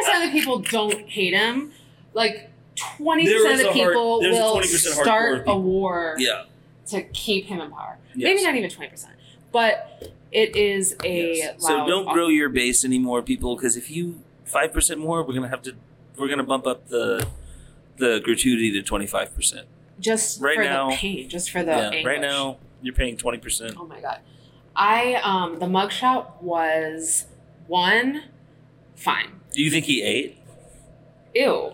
Speaker 2: percent of the people don't hate him. Like twenty
Speaker 1: There
Speaker 2: percent
Speaker 1: is
Speaker 2: of the
Speaker 1: a hard-
Speaker 2: people
Speaker 1: there's a
Speaker 2: will
Speaker 1: 20% hardcore
Speaker 2: start a
Speaker 1: people.
Speaker 2: war
Speaker 1: yeah.
Speaker 2: to keep him in power.
Speaker 1: Yes.
Speaker 2: Maybe not even twenty percent, but it is a
Speaker 1: Yes. So
Speaker 2: loud
Speaker 1: don't grow your base anymore, people, because if you five percent more, we're gonna have to we're gonna bump up the the gratuity to twenty five percent.
Speaker 2: just
Speaker 1: right
Speaker 2: for
Speaker 1: now-
Speaker 2: the pain, just for the
Speaker 1: Yeah.
Speaker 2: anguish.
Speaker 1: Right now you're paying twenty percent.
Speaker 2: Oh my god. I um the mugshot was one fine.
Speaker 1: Do you think he ate?
Speaker 2: Ew.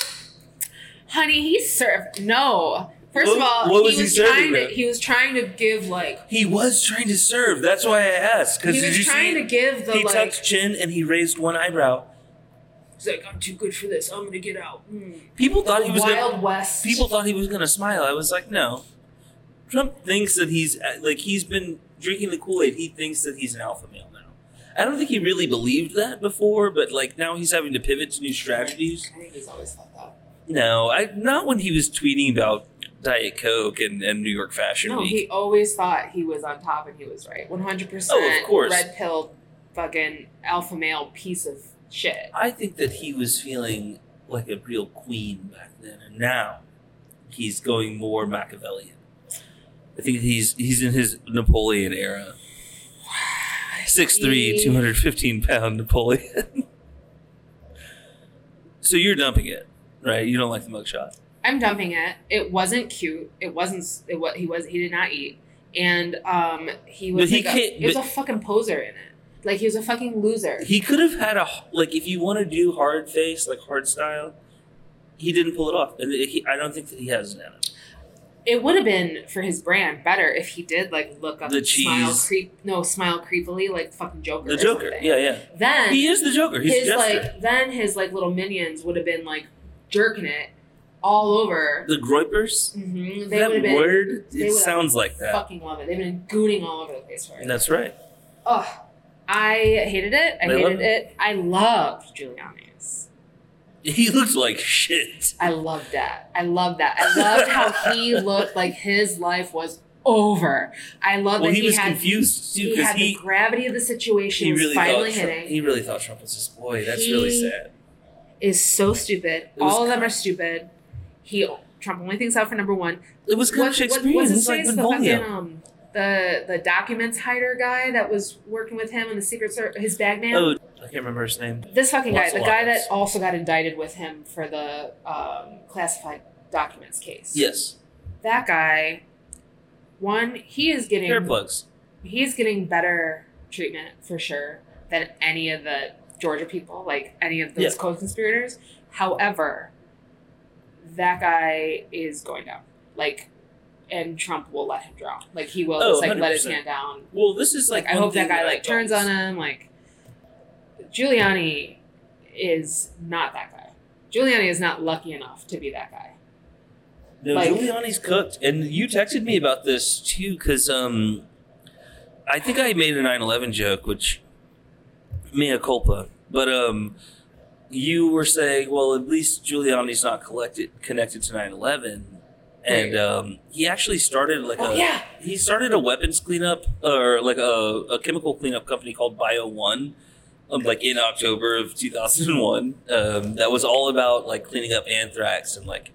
Speaker 2: [LAUGHS] Honey, he served no. First of
Speaker 1: What-
Speaker 2: all,
Speaker 1: what was
Speaker 2: he
Speaker 1: he
Speaker 2: was
Speaker 1: serving
Speaker 2: trying to
Speaker 1: then?
Speaker 2: he was trying to give like
Speaker 1: He was trying to serve. That's why I asked. Because
Speaker 2: he was trying to give the
Speaker 1: he
Speaker 2: like
Speaker 1: tucked chin and he raised one eyebrow.
Speaker 2: he's like I'm too good for this. I'm gonna get out. Mm.
Speaker 1: People thought he was gonna-
Speaker 2: Wild West.
Speaker 1: people thought he was going to smile. I was like, no. Trump thinks that he's like he's been drinking the Kool Aid. He thinks that he's an alpha male now. I don't think he really believed that before, but like now he's having to pivot to new strategies.
Speaker 2: I think he's always thought that.
Speaker 1: No, I not when he was tweeting about Diet Coke and, and New York Fashion
Speaker 2: No,
Speaker 1: Week.
Speaker 2: he always thought he was on top and he was right. 100%
Speaker 1: Oh, of course.
Speaker 2: red pill fucking alpha male piece of shit.
Speaker 1: I think that he was feeling like a real queen back then, and now he's going more Machiavellian. I think he's he's in his Napoleon era. 6'3", 215 pound Napoleon. [LAUGHS] so you're dumping it, right? You don't like the mugshot.
Speaker 2: I'm dumping it. It wasn't cute. It wasn't. It what he was. He did not eat, and um, he was.
Speaker 1: But he
Speaker 2: like a-
Speaker 1: can't-
Speaker 2: It was a
Speaker 1: but-
Speaker 2: fucking poser in it. Like he was a fucking loser.
Speaker 1: He could have had a h- like if you want to do hard face like hard style. He didn't pull it off, and he, I don't think that he has an anime.
Speaker 2: it would have been for his brand better if he did like look up
Speaker 1: The
Speaker 2: and smile
Speaker 1: cheese.
Speaker 2: creep. No, smile creepily like fucking Joker.
Speaker 1: The
Speaker 2: or
Speaker 1: Joker,
Speaker 2: something.
Speaker 1: yeah, yeah,
Speaker 2: Then
Speaker 1: he is the Joker. He's
Speaker 2: his
Speaker 1: the Jester.
Speaker 2: like then his like little minions would have been like jerking it all over.
Speaker 1: The Groypers?
Speaker 2: hmm They would
Speaker 1: That
Speaker 2: have been
Speaker 1: word?
Speaker 2: they
Speaker 1: It
Speaker 2: would've
Speaker 1: sounds like that.
Speaker 2: fucking love it. They've been gooning all over the place for it.
Speaker 1: That's right.
Speaker 2: Ugh. I hated it. I
Speaker 1: They
Speaker 2: hated
Speaker 1: loved
Speaker 2: it.
Speaker 1: it.
Speaker 2: I loved Giuliani's.
Speaker 1: He looked like shit.
Speaker 2: I loved that. I loved that. I loved
Speaker 1: [LAUGHS]
Speaker 2: how he looked like his life was over. I love
Speaker 1: well,
Speaker 2: that
Speaker 1: he,
Speaker 2: Oh, he,
Speaker 1: was
Speaker 2: had
Speaker 1: confused too
Speaker 2: he
Speaker 1: because
Speaker 2: had
Speaker 1: he,
Speaker 2: the gravity of the situation
Speaker 1: he
Speaker 2: was
Speaker 1: really
Speaker 2: finally
Speaker 1: thought Trump,
Speaker 2: hitting.
Speaker 1: he really thought Trump was his boy. That's
Speaker 2: He-
Speaker 1: really sad.
Speaker 2: is so stupid.
Speaker 1: was
Speaker 2: All of them
Speaker 1: kind-
Speaker 2: are stupid. He Trump only thinks out for number one.
Speaker 1: It was kind
Speaker 2: What-
Speaker 1: of
Speaker 2: what-
Speaker 1: Shakespearean.
Speaker 2: what's his
Speaker 1: It's like
Speaker 2: face? The
Speaker 1: Benvolio.
Speaker 2: fucking um, the the documents hider guy that was working with him in the Secret Service, his bag man.
Speaker 1: Oh, I can't remember his name.
Speaker 2: This fucking guy, the
Speaker 1: Lots of
Speaker 2: guy that
Speaker 1: lies.
Speaker 2: also got indicted with him for the um, classified documents case.
Speaker 1: Yes,
Speaker 2: That guy, one, he is getting
Speaker 1: earplugs.
Speaker 2: he's getting better treatment for sure than any of the Georgia people, like any of those
Speaker 1: Yeah.
Speaker 2: co-conspirators. However, that guy is going down. Like, and Trump will let him drown. Like he will
Speaker 1: Oh,
Speaker 2: just like let his
Speaker 1: 100%.
Speaker 2: hand down.
Speaker 1: Well, this is like.
Speaker 2: Like I
Speaker 1: one
Speaker 2: hope that
Speaker 1: thing
Speaker 2: guy
Speaker 1: I
Speaker 2: like turns on
Speaker 1: don't-
Speaker 2: him. Like Giuliani is not that guy. Giuliani is not lucky enough to be that guy.
Speaker 1: No,
Speaker 2: like-
Speaker 1: Giuliani's cooked, and you texted me about this too because um, I think I made a 9/11 joke, which mea culpa, but um, you were saying, well, at least Giuliani's not collected connected to 9/11, and
Speaker 2: Right.
Speaker 1: um, he actually started like uh,
Speaker 2: Oh
Speaker 1: a
Speaker 2: yeah,
Speaker 1: he started a weapons cleanup or like a, a chemical cleanup company called Bio One, um, like in October of 2001. Um, that was all about like cleaning up anthrax and like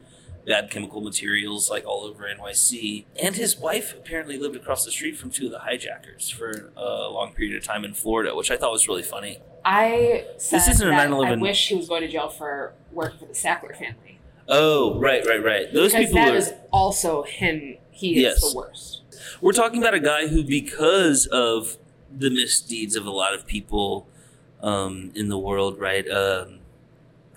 Speaker 1: had chemical materials like all over NYC. And his wife apparently lived across the street from two of the hijackers for a long period of time in Florida, which I thought was really funny.
Speaker 2: I said
Speaker 1: This isn't a
Speaker 2: that
Speaker 1: 9/11.
Speaker 2: I wish he was going to jail for working for the Sackler family.
Speaker 1: Oh, right, right, right. Those
Speaker 2: because
Speaker 1: people
Speaker 2: that
Speaker 1: are.
Speaker 2: is also him. He is
Speaker 1: Yes.
Speaker 2: the worst.
Speaker 1: We're talking about a guy who, because of the misdeeds of a lot of people um, in the world, right, um,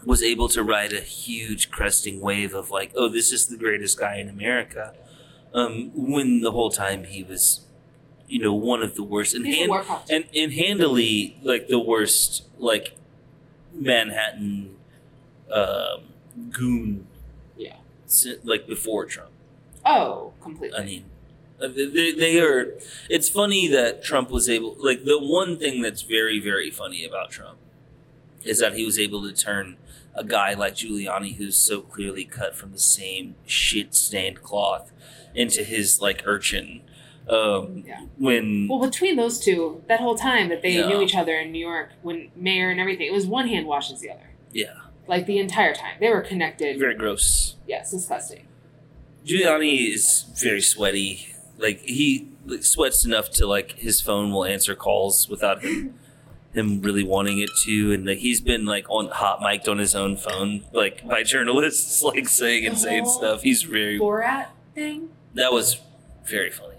Speaker 1: was able to ride a huge cresting wave of like, oh, this is the greatest guy in America, um, when the whole time he was, you know, one of the worst, and
Speaker 2: He's a
Speaker 1: hand-
Speaker 2: war cop.
Speaker 1: and and handily like the worst like Manhattan um, goon,
Speaker 2: Yeah.
Speaker 1: si- like before Trump.
Speaker 2: Oh, completely.
Speaker 1: I mean, uh, they, they are. It's funny that Trump was able. Like the one thing that's very, very funny about Trump is that he was able to turn a guy like Giuliani, who's so clearly cut from the same shit-stained cloth, into his like urchin. Um,
Speaker 2: Yeah.
Speaker 1: When
Speaker 2: well, between those two, that whole time that they
Speaker 1: Yeah.
Speaker 2: knew each other in New York, when mayor and everything, it was one hand washes the other.
Speaker 1: yeah,
Speaker 2: Like the entire time, they were connected.
Speaker 1: very gross.
Speaker 2: Yes, disgusting.
Speaker 1: Giuliani is very sweaty. Like he like, sweats enough to like his phone will answer calls without him, him really wanting it to, and like, he's been like on hot mic'd on his own phone, like by journalists, [LAUGHS] like saying insane
Speaker 2: Uh-huh.
Speaker 1: stuff. He's very
Speaker 2: Borat thing.
Speaker 1: that was very funny.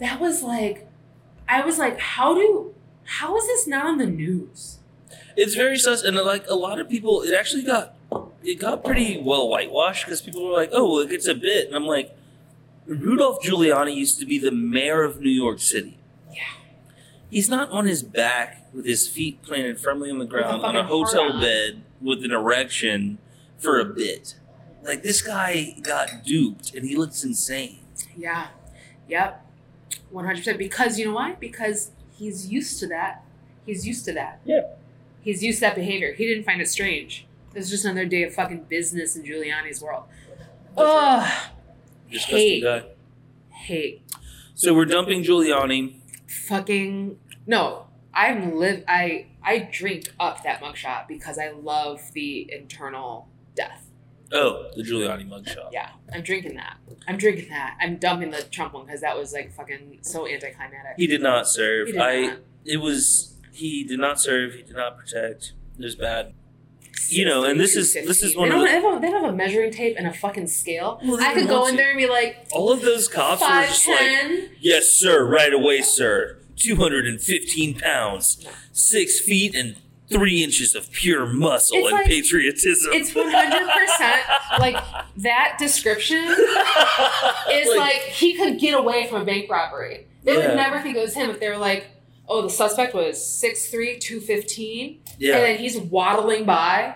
Speaker 2: That was like, I was like, how do, how is this not on the news?
Speaker 1: It's very sus, and like a lot of people, it actually got it got pretty well whitewashed because people were like, "Oh, well, it's a bit," and I'm like, Rudolph Giuliani used to be the mayor of New York City.
Speaker 2: Yeah.
Speaker 1: He's not on his back with his feet planted firmly on the
Speaker 2: a
Speaker 1: ground on a
Speaker 2: fucking hard
Speaker 1: hotel
Speaker 2: on.
Speaker 1: bed with an erection for a bit. Like this guy got duped, and he looks insane.
Speaker 2: Yeah. Yep. 100%. Because you know why? Because he's used to that. He's used to that.
Speaker 1: Yeah.
Speaker 2: He's used to that behavior. He didn't find it strange. It was just another day of fucking business in Giuliani's world. Ugh.
Speaker 1: Disgusting
Speaker 2: Hey.
Speaker 1: guy.
Speaker 2: Hey,
Speaker 1: So we're dumping Giuliani.
Speaker 2: fucking. No. I'm live. I I drink up that mugshot because I love the internal death.
Speaker 1: Oh, the Giuliani mugshot.
Speaker 2: Yeah, I'm drinking that. I'm drinking that. I'm dumping the Trump one because that was like fucking so anticlimactic.
Speaker 1: He did not serve.
Speaker 2: He did
Speaker 1: I.
Speaker 2: not.
Speaker 1: It was he did not serve. He did not protect. It was bad. You know, and this is- this is one
Speaker 2: they
Speaker 1: of
Speaker 2: don't,
Speaker 1: the-
Speaker 2: they don't, they don't have a measuring tape and a fucking scale.
Speaker 1: Well, they
Speaker 2: I could
Speaker 1: don't
Speaker 2: go
Speaker 1: want
Speaker 2: in
Speaker 1: to.
Speaker 2: there and be like
Speaker 1: All of those cops were
Speaker 2: five
Speaker 1: just like,
Speaker 2: ten.
Speaker 1: "Yes, sir, right away, sir. Two hundred and fifteen pounds, six feet and three inches of pure muscle
Speaker 2: It's
Speaker 1: and
Speaker 2: like-
Speaker 1: patriotism."
Speaker 2: it's one hundred percent like that description is like, he could get away from a bank robbery. They
Speaker 1: Yeah.
Speaker 2: would never think it was him if they were like, oh, the suspect was 6'3", 215, and
Speaker 1: [LAUGHS] yeah,
Speaker 2: then he's waddling by.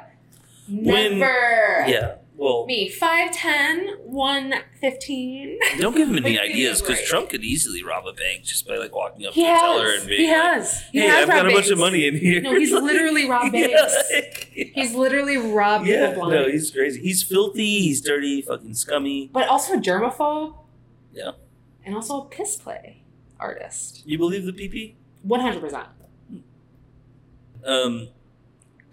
Speaker 1: When-
Speaker 2: Never.
Speaker 1: yeah. Well,
Speaker 2: Me, 5'10", 115.
Speaker 1: don't give him any
Speaker 2: Like,
Speaker 1: ideas because
Speaker 2: right.
Speaker 1: Trump could easily rob a bank just by like walking up
Speaker 2: He
Speaker 1: to a teller
Speaker 2: has.
Speaker 1: and being
Speaker 2: He
Speaker 1: like,
Speaker 2: has. He
Speaker 1: "Hey,
Speaker 2: has
Speaker 1: I've got
Speaker 2: robbed
Speaker 1: a bunch of
Speaker 2: banks.
Speaker 1: money in here."
Speaker 2: No, he's
Speaker 1: Like, [LAUGHS]
Speaker 2: literally robbed
Speaker 1: yeah,
Speaker 2: banks.
Speaker 1: like-
Speaker 2: He's literally robbed
Speaker 1: Yeah,
Speaker 2: people blind.
Speaker 1: no, he's crazy. He's filthy. He's dirty. Fucking scummy.
Speaker 2: but also a germaphobe.
Speaker 1: Yeah.
Speaker 2: And also a piss play artist.
Speaker 1: You believe the PP?
Speaker 2: One hundred percent.
Speaker 1: Um,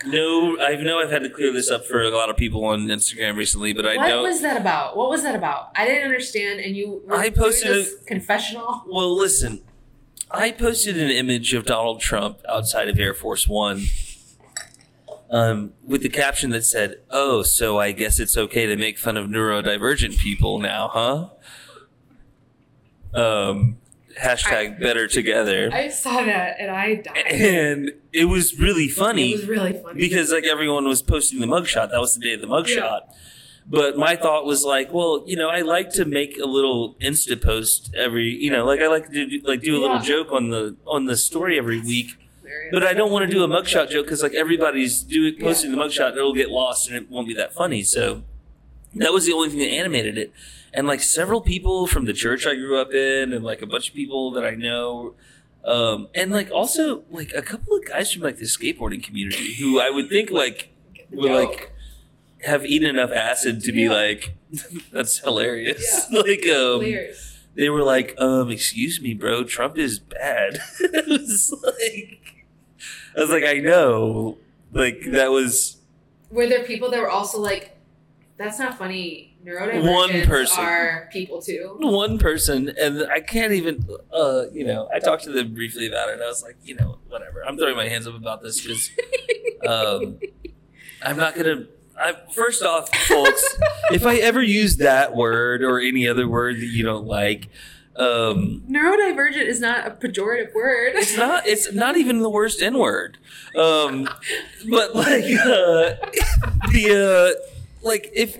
Speaker 1: no, I know I've had to clear this up for a lot of people on Instagram recently, but I
Speaker 2: What
Speaker 1: don't.
Speaker 2: was that about? What was that about? I didn't understand. And you, were
Speaker 1: I posted
Speaker 2: doing this confessional. [LAUGHS]
Speaker 1: well, listen, I posted an image of Donald Trump outside of Air Force One. Um, with the caption that said, "Oh, so I guess it's okay to make fun of neurodivergent people now, huh?" Um, hashtag better together,
Speaker 2: I saw that and I died.
Speaker 1: and [LAUGHS] it was really funny.
Speaker 2: It was really funny.
Speaker 1: because like everyone was posting the mugshot. That was the day of the mugshot. But my thought was like, well, you know, I like to make a little Insta post every, you know, like I like to do, like do a little
Speaker 2: Yeah.
Speaker 1: joke on the on the story every week.
Speaker 2: Hilarious.
Speaker 1: But I don't want to do a mugshot joke because like everybody's doing posting the mugshot, it'll get lost and it won't be that funny. So that was the only thing that animated it. And like several people from the church I grew up in, and like a bunch of people that I know, um, and like also like a couple of guys from like the skateboarding community who I would think like would
Speaker 2: Joke.
Speaker 1: like have eaten enough acid to be
Speaker 2: Yeah.
Speaker 1: like, [LAUGHS] that's hilarious. [LAUGHS] like um,
Speaker 2: Hilarious.
Speaker 1: they were like, um, excuse me, bro, Trump
Speaker 4: [LAUGHS]
Speaker 1: is bad. it was like, I was like, I know. Like that was
Speaker 2: Were there people that were also like, That's not funny. Neurodivergents One person. are people too.
Speaker 4: One person, and I can't even, uh, you know, I talked to them briefly about it. And I was like, you know, whatever. I'm throwing my hands up about this because um, I'm not gonna. I, first off, folks, if I ever use that word or any other word that you don't like, um,
Speaker 2: Neurodivergent is not a pejorative word.
Speaker 4: it's not. It's not even the worst N word. Um, but like uh, the uh, like if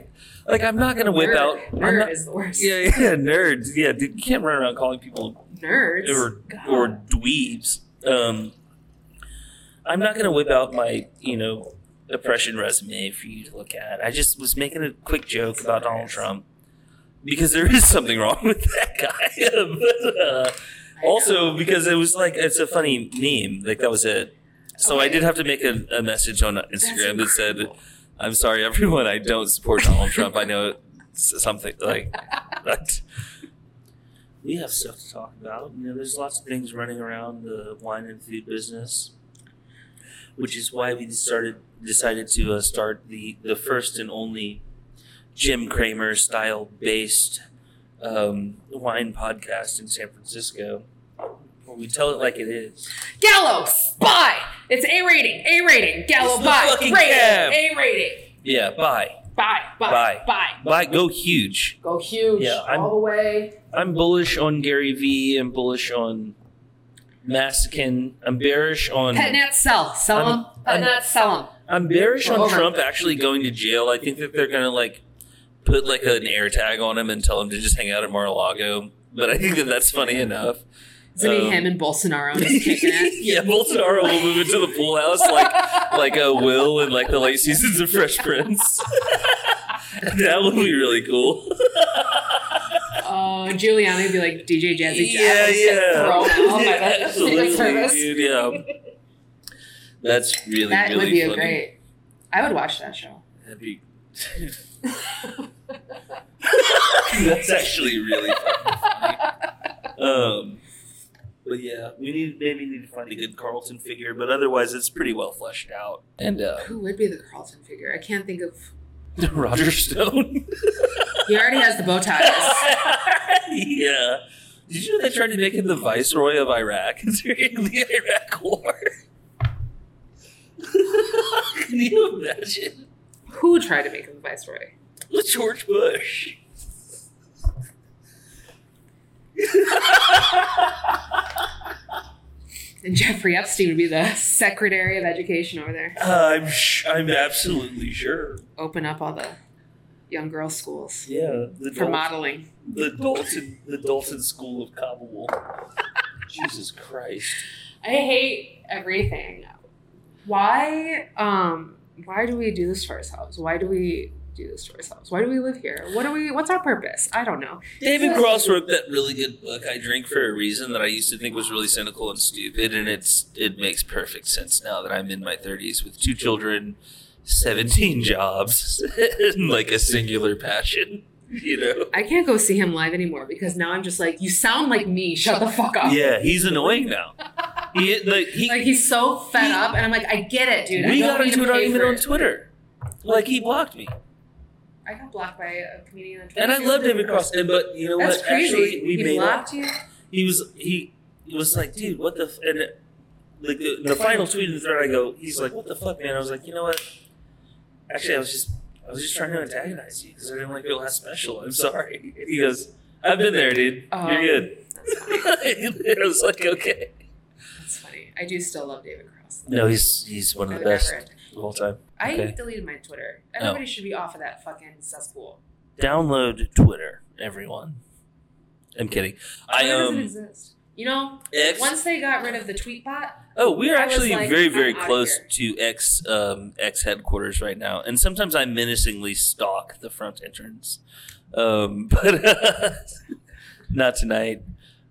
Speaker 4: like I'm not gonna whip
Speaker 2: Nerd.
Speaker 4: out. I'm
Speaker 2: Nerd
Speaker 4: not-
Speaker 2: is the worst.
Speaker 4: yeah, yeah, nerds. Yeah, dude, you can't run around calling people
Speaker 2: Nerds.
Speaker 4: or
Speaker 2: God.
Speaker 4: or dweebs. Um,
Speaker 1: I'm not going to whip out my, you know, oppression resume for you to look at. I just was making a quick joke about Donald Trump because there is
Speaker 4: [LAUGHS]
Speaker 1: something wrong with that guy. but, uh,
Speaker 2: I know.
Speaker 1: also, because it was like, it's a funny meme. Like, that was it. So I did have to make a, a message on
Speaker 2: That's
Speaker 1: Instagram that said,
Speaker 2: incredible.
Speaker 1: I'm sorry, everyone, I don't support Donald Trump. I know it's something like that. We have stuff to talk about. You know, there's lots of things running around the wine and food business, which is why we started decided to uh, start the the first and only Jim Cramer style based um, wine podcast in San Francisco. We tell it like it is.
Speaker 2: Gallo spy. It's A rating. A rating. Gallo
Speaker 1: It's the
Speaker 2: buy.
Speaker 1: fucking
Speaker 2: Rating.
Speaker 1: cab.
Speaker 2: A rating.
Speaker 1: Yeah, bye,
Speaker 2: Buy. Buy.
Speaker 1: Buy.
Speaker 2: Buy.
Speaker 1: bye, go huge.
Speaker 2: Go huge.
Speaker 1: Yeah, I'm-
Speaker 2: all the way.
Speaker 1: I'm bullish on Gary Vee. I'm bullish on Mastican. I'm bearish on.
Speaker 2: Pet nats sell. Sell
Speaker 1: I'm-
Speaker 2: them. Pet
Speaker 1: I'm-
Speaker 2: nats sell them.
Speaker 1: I'm bearish on
Speaker 2: Over.
Speaker 1: Trump actually going to jail. I think that they're gonna like put like an air tag on him and tell him to just hang out at Mar-a-Lago. But I think that that's funny enough.
Speaker 2: It's gonna be
Speaker 1: Um,
Speaker 2: him and Bolsonaro just kicking
Speaker 1: [LAUGHS]
Speaker 2: it.
Speaker 1: yeah, Bolsonaro will move into the pool house like like a Will in like the late seasons of Fresh Prince. [LAUGHS] that would be really cool.
Speaker 2: Oh, Giuliani would be like DJ Jazzy Jazz.
Speaker 1: Yeah, yeah.
Speaker 2: Throw him out Oh by
Speaker 1: Yeah, [LAUGHS]
Speaker 2: the Secret Service.
Speaker 1: dude, yeah. That's really,
Speaker 2: that
Speaker 1: really
Speaker 2: would be
Speaker 1: funny.
Speaker 2: a great. I would watch that show.
Speaker 1: That'd
Speaker 2: [LAUGHS]
Speaker 1: be. That's actually really fucking funny. Um, but yeah, we need maybe need to find a good Carlton figure, but otherwise it's pretty well fleshed out. And uh, [LAUGHS]
Speaker 2: Who would be the Carlton figure? I can't think of.
Speaker 1: Roger Stone. [LAUGHS]
Speaker 2: He already has the bow ties.
Speaker 1: yeah. Did you know they tried to make him the viceroy of Iraq [LAUGHS] during the Iraq War? [LAUGHS] Can you imagine?
Speaker 2: Who tried to make him the viceroy?
Speaker 1: With George Bush. [LAUGHS]
Speaker 2: And Jeffrey Epstein would be the Secretary of Education over there.
Speaker 1: Uh, I'm sh- I'm absolutely sure.
Speaker 2: Open up all the young girls' schools
Speaker 1: Yeah, the
Speaker 2: for
Speaker 1: Dol-
Speaker 2: modeling.
Speaker 1: the Dalton the Dalton School of Kabul. Jesus Christ!
Speaker 2: I hate everything. Why? Um, why do we do this to ourselves? Why do we do this to ourselves? Why do we live here? What do we? What's our purpose? I don't know.
Speaker 1: David Cross wrote that really good book. I drink for a reason that I used to think was really cynical and stupid, and it's it makes perfect sense now that I'm in my 30s with two children, 17 jobs, [LAUGHS] and like a singular passion. [LAUGHS] You know.
Speaker 2: I can't go see him live anymore because now I'm just like, you sound like me. Shut the fuck up.
Speaker 1: Yeah, he's annoying now. He like he
Speaker 2: Like he's so fed up, and I'm like, I get it, dude. I
Speaker 1: we
Speaker 2: don't
Speaker 1: got
Speaker 2: need
Speaker 1: into
Speaker 2: to
Speaker 1: an
Speaker 2: pay
Speaker 1: argument
Speaker 2: for
Speaker 1: on
Speaker 2: it.
Speaker 1: Twitter. Like he blocked me.
Speaker 2: I got blocked by a comedian on
Speaker 1: And
Speaker 2: Twitter.
Speaker 1: I love David Cross, and but you know
Speaker 2: That's
Speaker 1: what?
Speaker 2: crazy.
Speaker 1: Actually, we
Speaker 2: he
Speaker 1: made up.
Speaker 2: blocked you.
Speaker 1: He was he, he was like, dude, what the? F-? And it- like the, the final tweet in the thread, I go, he's like, what the fuck, man? I was like, you know what? Actually, I was just I was just trying to antagonize you because I didn't like your last special. I'm sorry. [LAUGHS] He goes, I've been there, dude. You're
Speaker 2: Um,
Speaker 1: good.
Speaker 2: That's funny.
Speaker 1: [LAUGHS] I was like, okay.
Speaker 2: That's funny. I do still love David Cross.
Speaker 1: No, he's he's one of
Speaker 2: I've
Speaker 1: the best
Speaker 2: never-
Speaker 1: of all time.
Speaker 2: I
Speaker 1: Okay. Oh.
Speaker 2: deleted my Twitter. Everybody should be off of that fucking cesspool.
Speaker 1: Download Twitter, everyone. I'm kidding. I
Speaker 2: Twitter doesn't
Speaker 1: um
Speaker 2: exist. You know,
Speaker 1: X
Speaker 2: once they got rid of the tweet bot,
Speaker 1: Oh, we're
Speaker 2: I was
Speaker 1: actually
Speaker 2: like,
Speaker 1: very,
Speaker 2: I'm
Speaker 1: very
Speaker 2: outta
Speaker 1: close to X um, X headquarters right now, and sometimes I menacingly stalk the front entrance, um, [LAUGHS] but not tonight.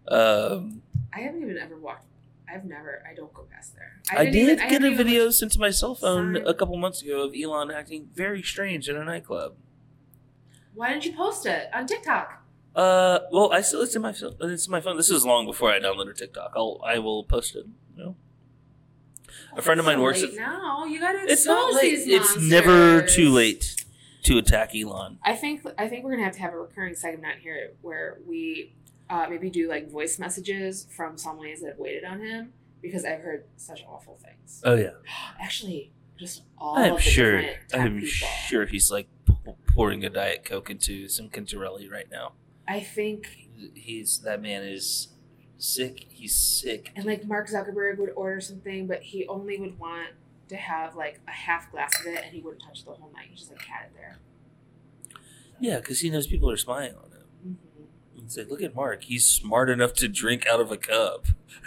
Speaker 1: Um,
Speaker 2: I haven't even ever walked. I've never. I don't go past there.
Speaker 1: I,
Speaker 2: didn't
Speaker 1: did
Speaker 2: even- I
Speaker 1: get
Speaker 2: haven't
Speaker 1: a
Speaker 2: even
Speaker 1: video
Speaker 2: looked-
Speaker 1: sent to my cell phone
Speaker 2: Sign.
Speaker 1: a couple months ago of Elon acting very strange in a nightclub.
Speaker 2: Why didn't you post it on TikTok?
Speaker 1: Uh, well, I still it's in my phone. It's in my phone. This is long before I downloaded TikTok. I'll I will post it. You know? A friend of mine
Speaker 2: It's
Speaker 1: works
Speaker 2: so
Speaker 1: at
Speaker 2: late now. You gotta expose
Speaker 1: It's not late.
Speaker 2: these
Speaker 1: It's never
Speaker 2: monsters.
Speaker 1: too late. to attack Elon.
Speaker 2: I think I think we're gonna have to have a recurring segment here where we uh, maybe do like voice messages from sommeliers that have waited on him because I've heard such awful things.
Speaker 1: Oh yeah,
Speaker 2: Actually, just all
Speaker 1: I'm
Speaker 2: of the
Speaker 1: sure.
Speaker 2: different tech
Speaker 1: I'm
Speaker 2: people.
Speaker 1: sure he's like pou- pouring a diet coke into some Cantarelli right now.
Speaker 2: I think,
Speaker 1: He's that man is sick. He's sick.
Speaker 2: and like Mark Zuckerberg would order something, but he only would want to have like a half glass of it, and he wouldn't touch the whole night. He just like had it there.
Speaker 1: Yeah, because he knows people are spying on him.
Speaker 2: hmm
Speaker 1: It's like, look at Mark. He's smart enough to drink out of a cup. [LAUGHS]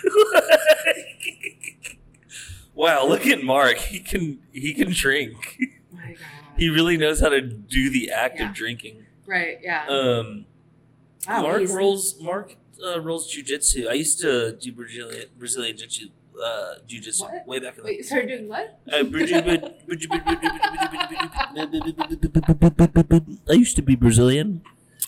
Speaker 1: wow, look at Mark. He can he can drink.
Speaker 2: My God.
Speaker 1: He really knows how to do the act
Speaker 2: Yeah.
Speaker 1: of drinking.
Speaker 2: right? Yeah.
Speaker 1: Um,
Speaker 2: Wow,
Speaker 1: Mark
Speaker 2: he's-
Speaker 1: rolls Mark uh, rolls jujitsu. I used to do Brazilian Brazilian jiu-jitsu, uh, jiu-jitsu
Speaker 2: What?
Speaker 1: way back in the Uh,
Speaker 2: Wait, you started doing what?
Speaker 1: I used to be Brazilian.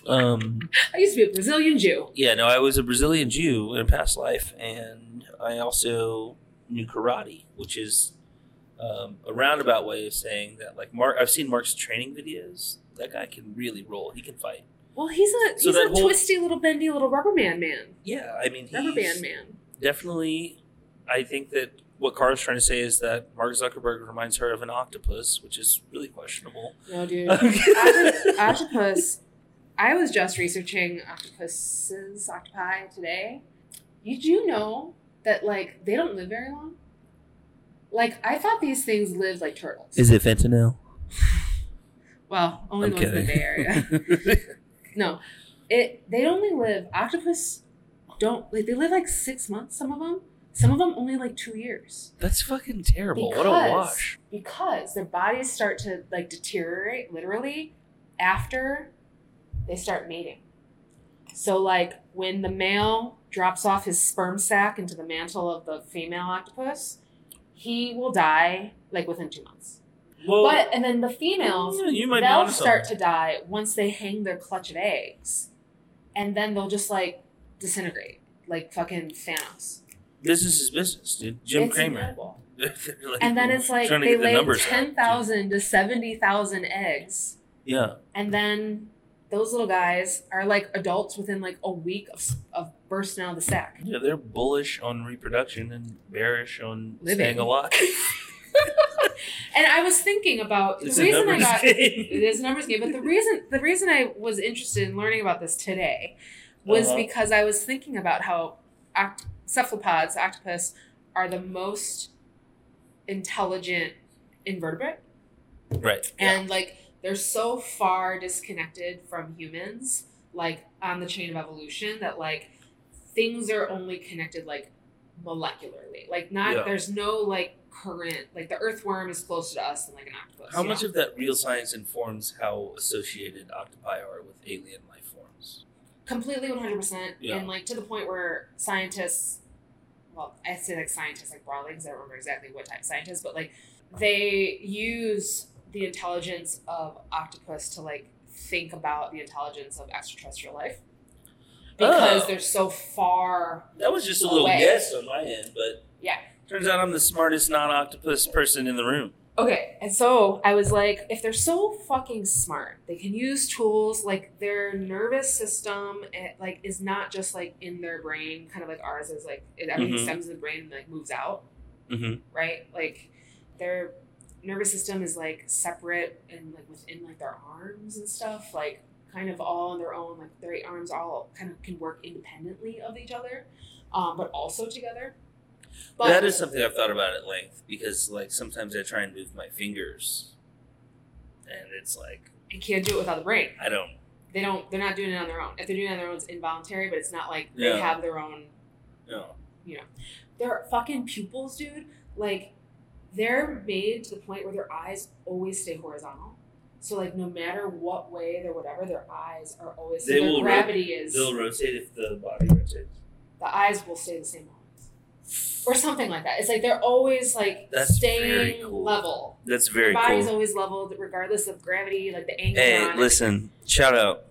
Speaker 1: Um,
Speaker 2: I used to be a Brazilian Jew.
Speaker 1: yeah, no, I was a Brazilian Jew in a past life, and I also knew karate, which is um, a roundabout way of saying that. Like Mark, I've seen Mark's training videos. That guy can really roll. He can fight.
Speaker 2: Well, he's a
Speaker 1: So
Speaker 2: he's
Speaker 1: that
Speaker 2: a
Speaker 1: whole-
Speaker 2: twisty little bendy little rubber man man.
Speaker 1: Yeah, I mean,
Speaker 2: Rubber
Speaker 1: he's-
Speaker 2: band man.
Speaker 1: definitely i think that what Cara's trying to say is that Mark Zuckerberg reminds her of an octopus, which is really
Speaker 2: [LAUGHS]
Speaker 1: questionable. [LAUGHS]
Speaker 2: No, dude. Octo- octopus. I was just researching octopuses, octopi today. You do know that like they don't live very long. Like I thought these things lived like turtles.
Speaker 1: it fentanyl?
Speaker 2: well, only
Speaker 1: I'm
Speaker 2: the ones in the
Speaker 1: kidding.
Speaker 2: Bay
Speaker 1: [LAUGHS]
Speaker 2: Area. no, it they only live octopus. Don't like they live like six months. Some of them. Some of them only like two years.
Speaker 1: That's fucking terrible. what
Speaker 2: Because-
Speaker 1: a wash.
Speaker 2: because their bodies start to like deteriorate literally after they start mating. So like when the male drops off his sperm sac into the mantle of the female octopus, he will die like within two months.
Speaker 1: Well,
Speaker 2: But and then the females
Speaker 1: yeah, you might be
Speaker 2: they'll
Speaker 1: onto
Speaker 2: start to
Speaker 1: something.
Speaker 2: die once they hang their clutch of eggs. And then they'll just like disintegrate. Like fucking Thanos.
Speaker 1: Business is business, dude. Jim
Speaker 2: It's
Speaker 1: Cramer.
Speaker 2: incredible.
Speaker 1: They're [LAUGHS] like,
Speaker 2: And then it's like
Speaker 1: trying to
Speaker 2: they
Speaker 1: get the
Speaker 2: lay
Speaker 1: numbers out, dude.
Speaker 2: 10,000 to 70,000 eggs.
Speaker 1: Yeah.
Speaker 2: And then those little guys are like adults within like a week of, of bursting out of the sack. [LAUGHS]
Speaker 1: Yeah, they're bullish on reproduction and bearish on
Speaker 2: Living.
Speaker 1: staying alive. [LAUGHS]
Speaker 2: And I was thinking about
Speaker 1: It's
Speaker 2: the
Speaker 1: a
Speaker 2: reason I
Speaker 1: numbers
Speaker 2: got it
Speaker 1: game.
Speaker 2: [LAUGHS] is a numbers game, but the reason the reason I was interested in learning about this today was
Speaker 1: Uh-huh.
Speaker 2: because I was thinking about how oct- cephalopods, octopus, are the most intelligent invertebrate.
Speaker 1: right. Yeah.
Speaker 2: and like they're so far disconnected from humans like on the chain of evolution that like things are only connected like molecularly like not
Speaker 1: Yeah.
Speaker 2: there's no like current like the earthworm is closer to us than like an octopus
Speaker 1: How
Speaker 2: you
Speaker 1: much
Speaker 2: know?
Speaker 1: of that real science informs how associated octopi are with alien life forms?
Speaker 2: completely 100%
Speaker 1: Yeah.
Speaker 2: and like to the point where scientists well i say like scientists like broadly because i don't remember exactly what type of scientists but like they use the intelligence of octopus to like think about the intelligence of extraterrestrial life because
Speaker 1: Oh.
Speaker 2: they're so far
Speaker 1: That was just a little
Speaker 2: Away.
Speaker 1: guess on my end, but
Speaker 2: yeah
Speaker 1: turns out I'm the smartest non-octopus person in the room.
Speaker 2: Okay, and so I was like, if they're so fucking smart, they can use tools like their nervous system, it, like is not just like in their brain, kind of like ours is like it, everything
Speaker 1: Mhm.
Speaker 2: stems in the brain and like moves out,
Speaker 1: Mm-hmm.
Speaker 2: right? Like their nervous system is like separate and like within like their arms and stuff, like kind of all on their own. Like their arms all kind of can work independently of each other, um, but also together. But
Speaker 1: that is something I've thought about at length because, like, sometimes I try and move my fingers, and it's like
Speaker 2: you can't do it without the brain.
Speaker 1: I don't.
Speaker 2: they don't they're not doing it on their own if they're doing it on their own it's involuntary but it's not like they
Speaker 1: Yeah.
Speaker 2: have their own
Speaker 1: No.
Speaker 2: their fucking pupils dude like they're made to the point where their eyes always stay horizontal so like no matter what way they're whatever their eyes are always so
Speaker 1: They
Speaker 2: their
Speaker 1: will ro-
Speaker 2: gravity is
Speaker 1: They'll rotate if the body rotates.
Speaker 2: the eyes will stay the same length or something like that it's like they're always like
Speaker 1: That's very
Speaker 2: staying
Speaker 1: cool.
Speaker 2: level
Speaker 1: That's very
Speaker 2: their body's
Speaker 1: cool.
Speaker 2: always leveled regardless of gravity like the angle they're
Speaker 1: Hey,
Speaker 2: on.
Speaker 1: listen! Shout out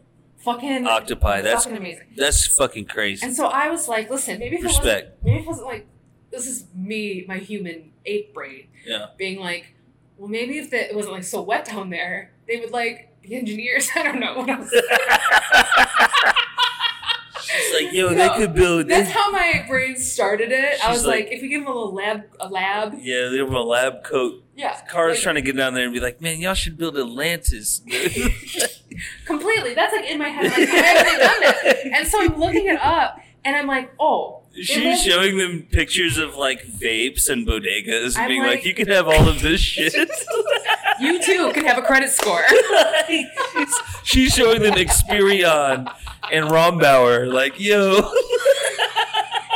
Speaker 2: fucking
Speaker 1: Octopi. That's
Speaker 2: fucking amazing
Speaker 1: that's fucking crazy.
Speaker 2: And so I was like, listen, maybe if it wasn't,
Speaker 1: Respect.
Speaker 2: maybe if it wasn't like this is me, my human ape brain,
Speaker 1: Yeah.
Speaker 2: being like, Well, maybe if the, it wasn't like so wet down there, they would like the engineers. [LAUGHS] I don't know what else.
Speaker 1: She's like, yo,
Speaker 2: No,
Speaker 1: they could build.
Speaker 2: That's
Speaker 1: They,
Speaker 2: how my brain started it. I
Speaker 1: She's
Speaker 2: was like,
Speaker 1: like-
Speaker 2: if we give them a little lab, a lab,
Speaker 1: [LAUGHS] yeah, they have a lab coat.
Speaker 2: yeah,
Speaker 1: Cars
Speaker 2: like,
Speaker 1: trying to get down there and be like, man, y'all should build
Speaker 2: [LAUGHS]
Speaker 1: Atlantis.
Speaker 2: completely. That's like in my head.
Speaker 1: [LAUGHS]
Speaker 2: Like, I haven't done it, and so I'm looking it up, and I'm like, oh,
Speaker 1: She's showing them pictures of like vapes and bodegas and
Speaker 2: I'm
Speaker 1: being like,
Speaker 2: like-
Speaker 1: you can have all of
Speaker 2: [LAUGHS]
Speaker 1: this shit. [LAUGHS]
Speaker 2: you too can have a credit score. [LAUGHS]
Speaker 1: She's showing them Experion and Rombauer, like, yo.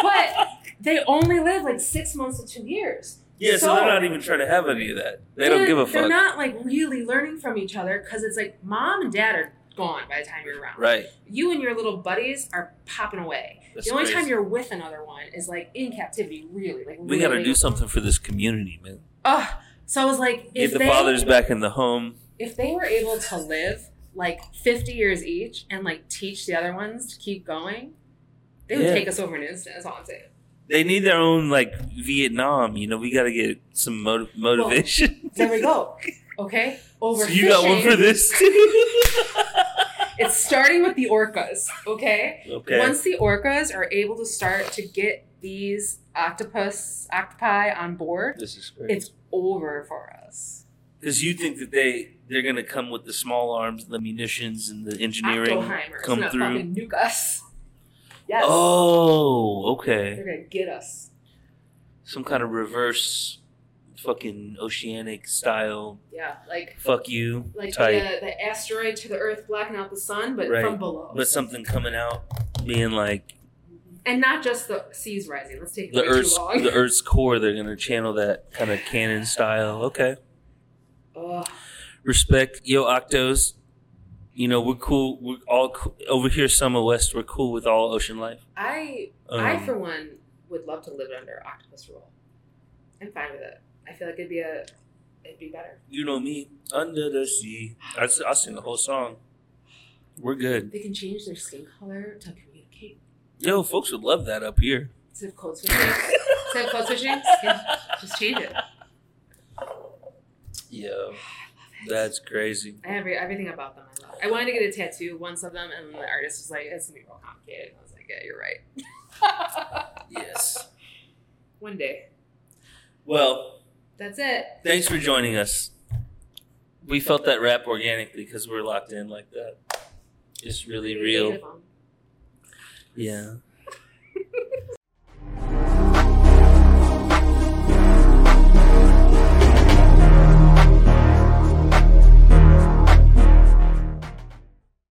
Speaker 2: but they only live like six months to two years.
Speaker 1: Yeah, so,
Speaker 2: So-
Speaker 1: they're not even trying to have any of that. They don't
Speaker 2: They're-
Speaker 1: give a
Speaker 2: They're
Speaker 1: fuck.
Speaker 2: not like really learning from each other because it's like mom and dad are gone by the time you're around.
Speaker 1: right.
Speaker 2: You and your little buddies are popping away.
Speaker 1: That's
Speaker 2: the only
Speaker 1: crazy.
Speaker 2: time you're with another one is like in captivity, really. Like
Speaker 1: we got to
Speaker 2: really-
Speaker 1: do something for this community, man.
Speaker 2: Ugh. So I was like,
Speaker 1: Get
Speaker 2: if
Speaker 1: the
Speaker 2: they
Speaker 1: fathers back in the home.
Speaker 2: if they were able to live like 50 years each and like teach the other ones to keep going, they would
Speaker 1: Yeah.
Speaker 2: take us over in an instant. That's all I'm saying.
Speaker 1: They need their own like Vietnam. You know, we got to get some mo-
Speaker 2: [LAUGHS]
Speaker 1: motivation.
Speaker 2: There we go. Okay, over.
Speaker 1: So [LAUGHS] you got one for this. [LAUGHS]
Speaker 2: It's starting with the orcas. Okay.
Speaker 1: okay.
Speaker 2: Once the orcas are able to start to get these octopus octopi on board,
Speaker 1: this is great.
Speaker 2: it's over for us.
Speaker 1: Because you think that they they're gonna come with the small arms, the munitions, and the engineering
Speaker 2: Octoheimers
Speaker 1: come
Speaker 2: not
Speaker 1: through.
Speaker 2: fucking nuke us. [LAUGHS] Yes,
Speaker 1: Oh,
Speaker 2: they're
Speaker 1: okay.
Speaker 2: gonna get us.
Speaker 1: Some kind of reverse, fucking oceanic style.
Speaker 2: Yeah, like
Speaker 1: Fuck you
Speaker 2: like
Speaker 1: type,
Speaker 2: the, the asteroid to the Earth blocking out the sun, but
Speaker 1: Right.
Speaker 2: from below,
Speaker 1: but something coming out, being like
Speaker 2: and not just the seas rising. Let's take it
Speaker 1: the
Speaker 2: way
Speaker 1: Earth's
Speaker 2: too long.
Speaker 1: the Earth's core. They're gonna channel that kind of cannon style. Okay,
Speaker 2: [LAUGHS] Ugh.
Speaker 1: respect, yo Octos. You know we're cool. We're all cool. over here, Summer West. We're cool with all ocean life.
Speaker 2: I
Speaker 1: Um,
Speaker 2: I for one would love to live under octopus rule. I'm fine with it. I feel like it'd be a it'd be better.
Speaker 1: You know me, under the sea. I, s- I sing the whole song. We're good.
Speaker 2: They can change their skin color to communicate.
Speaker 1: Yo, folks would love that up here.
Speaker 2: Instead of code switching, instead of code switching, skin, just change it.
Speaker 1: Yo, that's crazy.
Speaker 2: I have every- everything about them. I love. I wanted to get a tattoo once of them, and the artist was like, "It's gonna be real complicated." I was like, "Yeah, you're right." [LAUGHS]
Speaker 1: Yes.
Speaker 2: one day.
Speaker 1: Well,
Speaker 2: That's it.
Speaker 1: thanks for joining us. We felt that rap organically because we're locked in like that. It's really real. Yeah.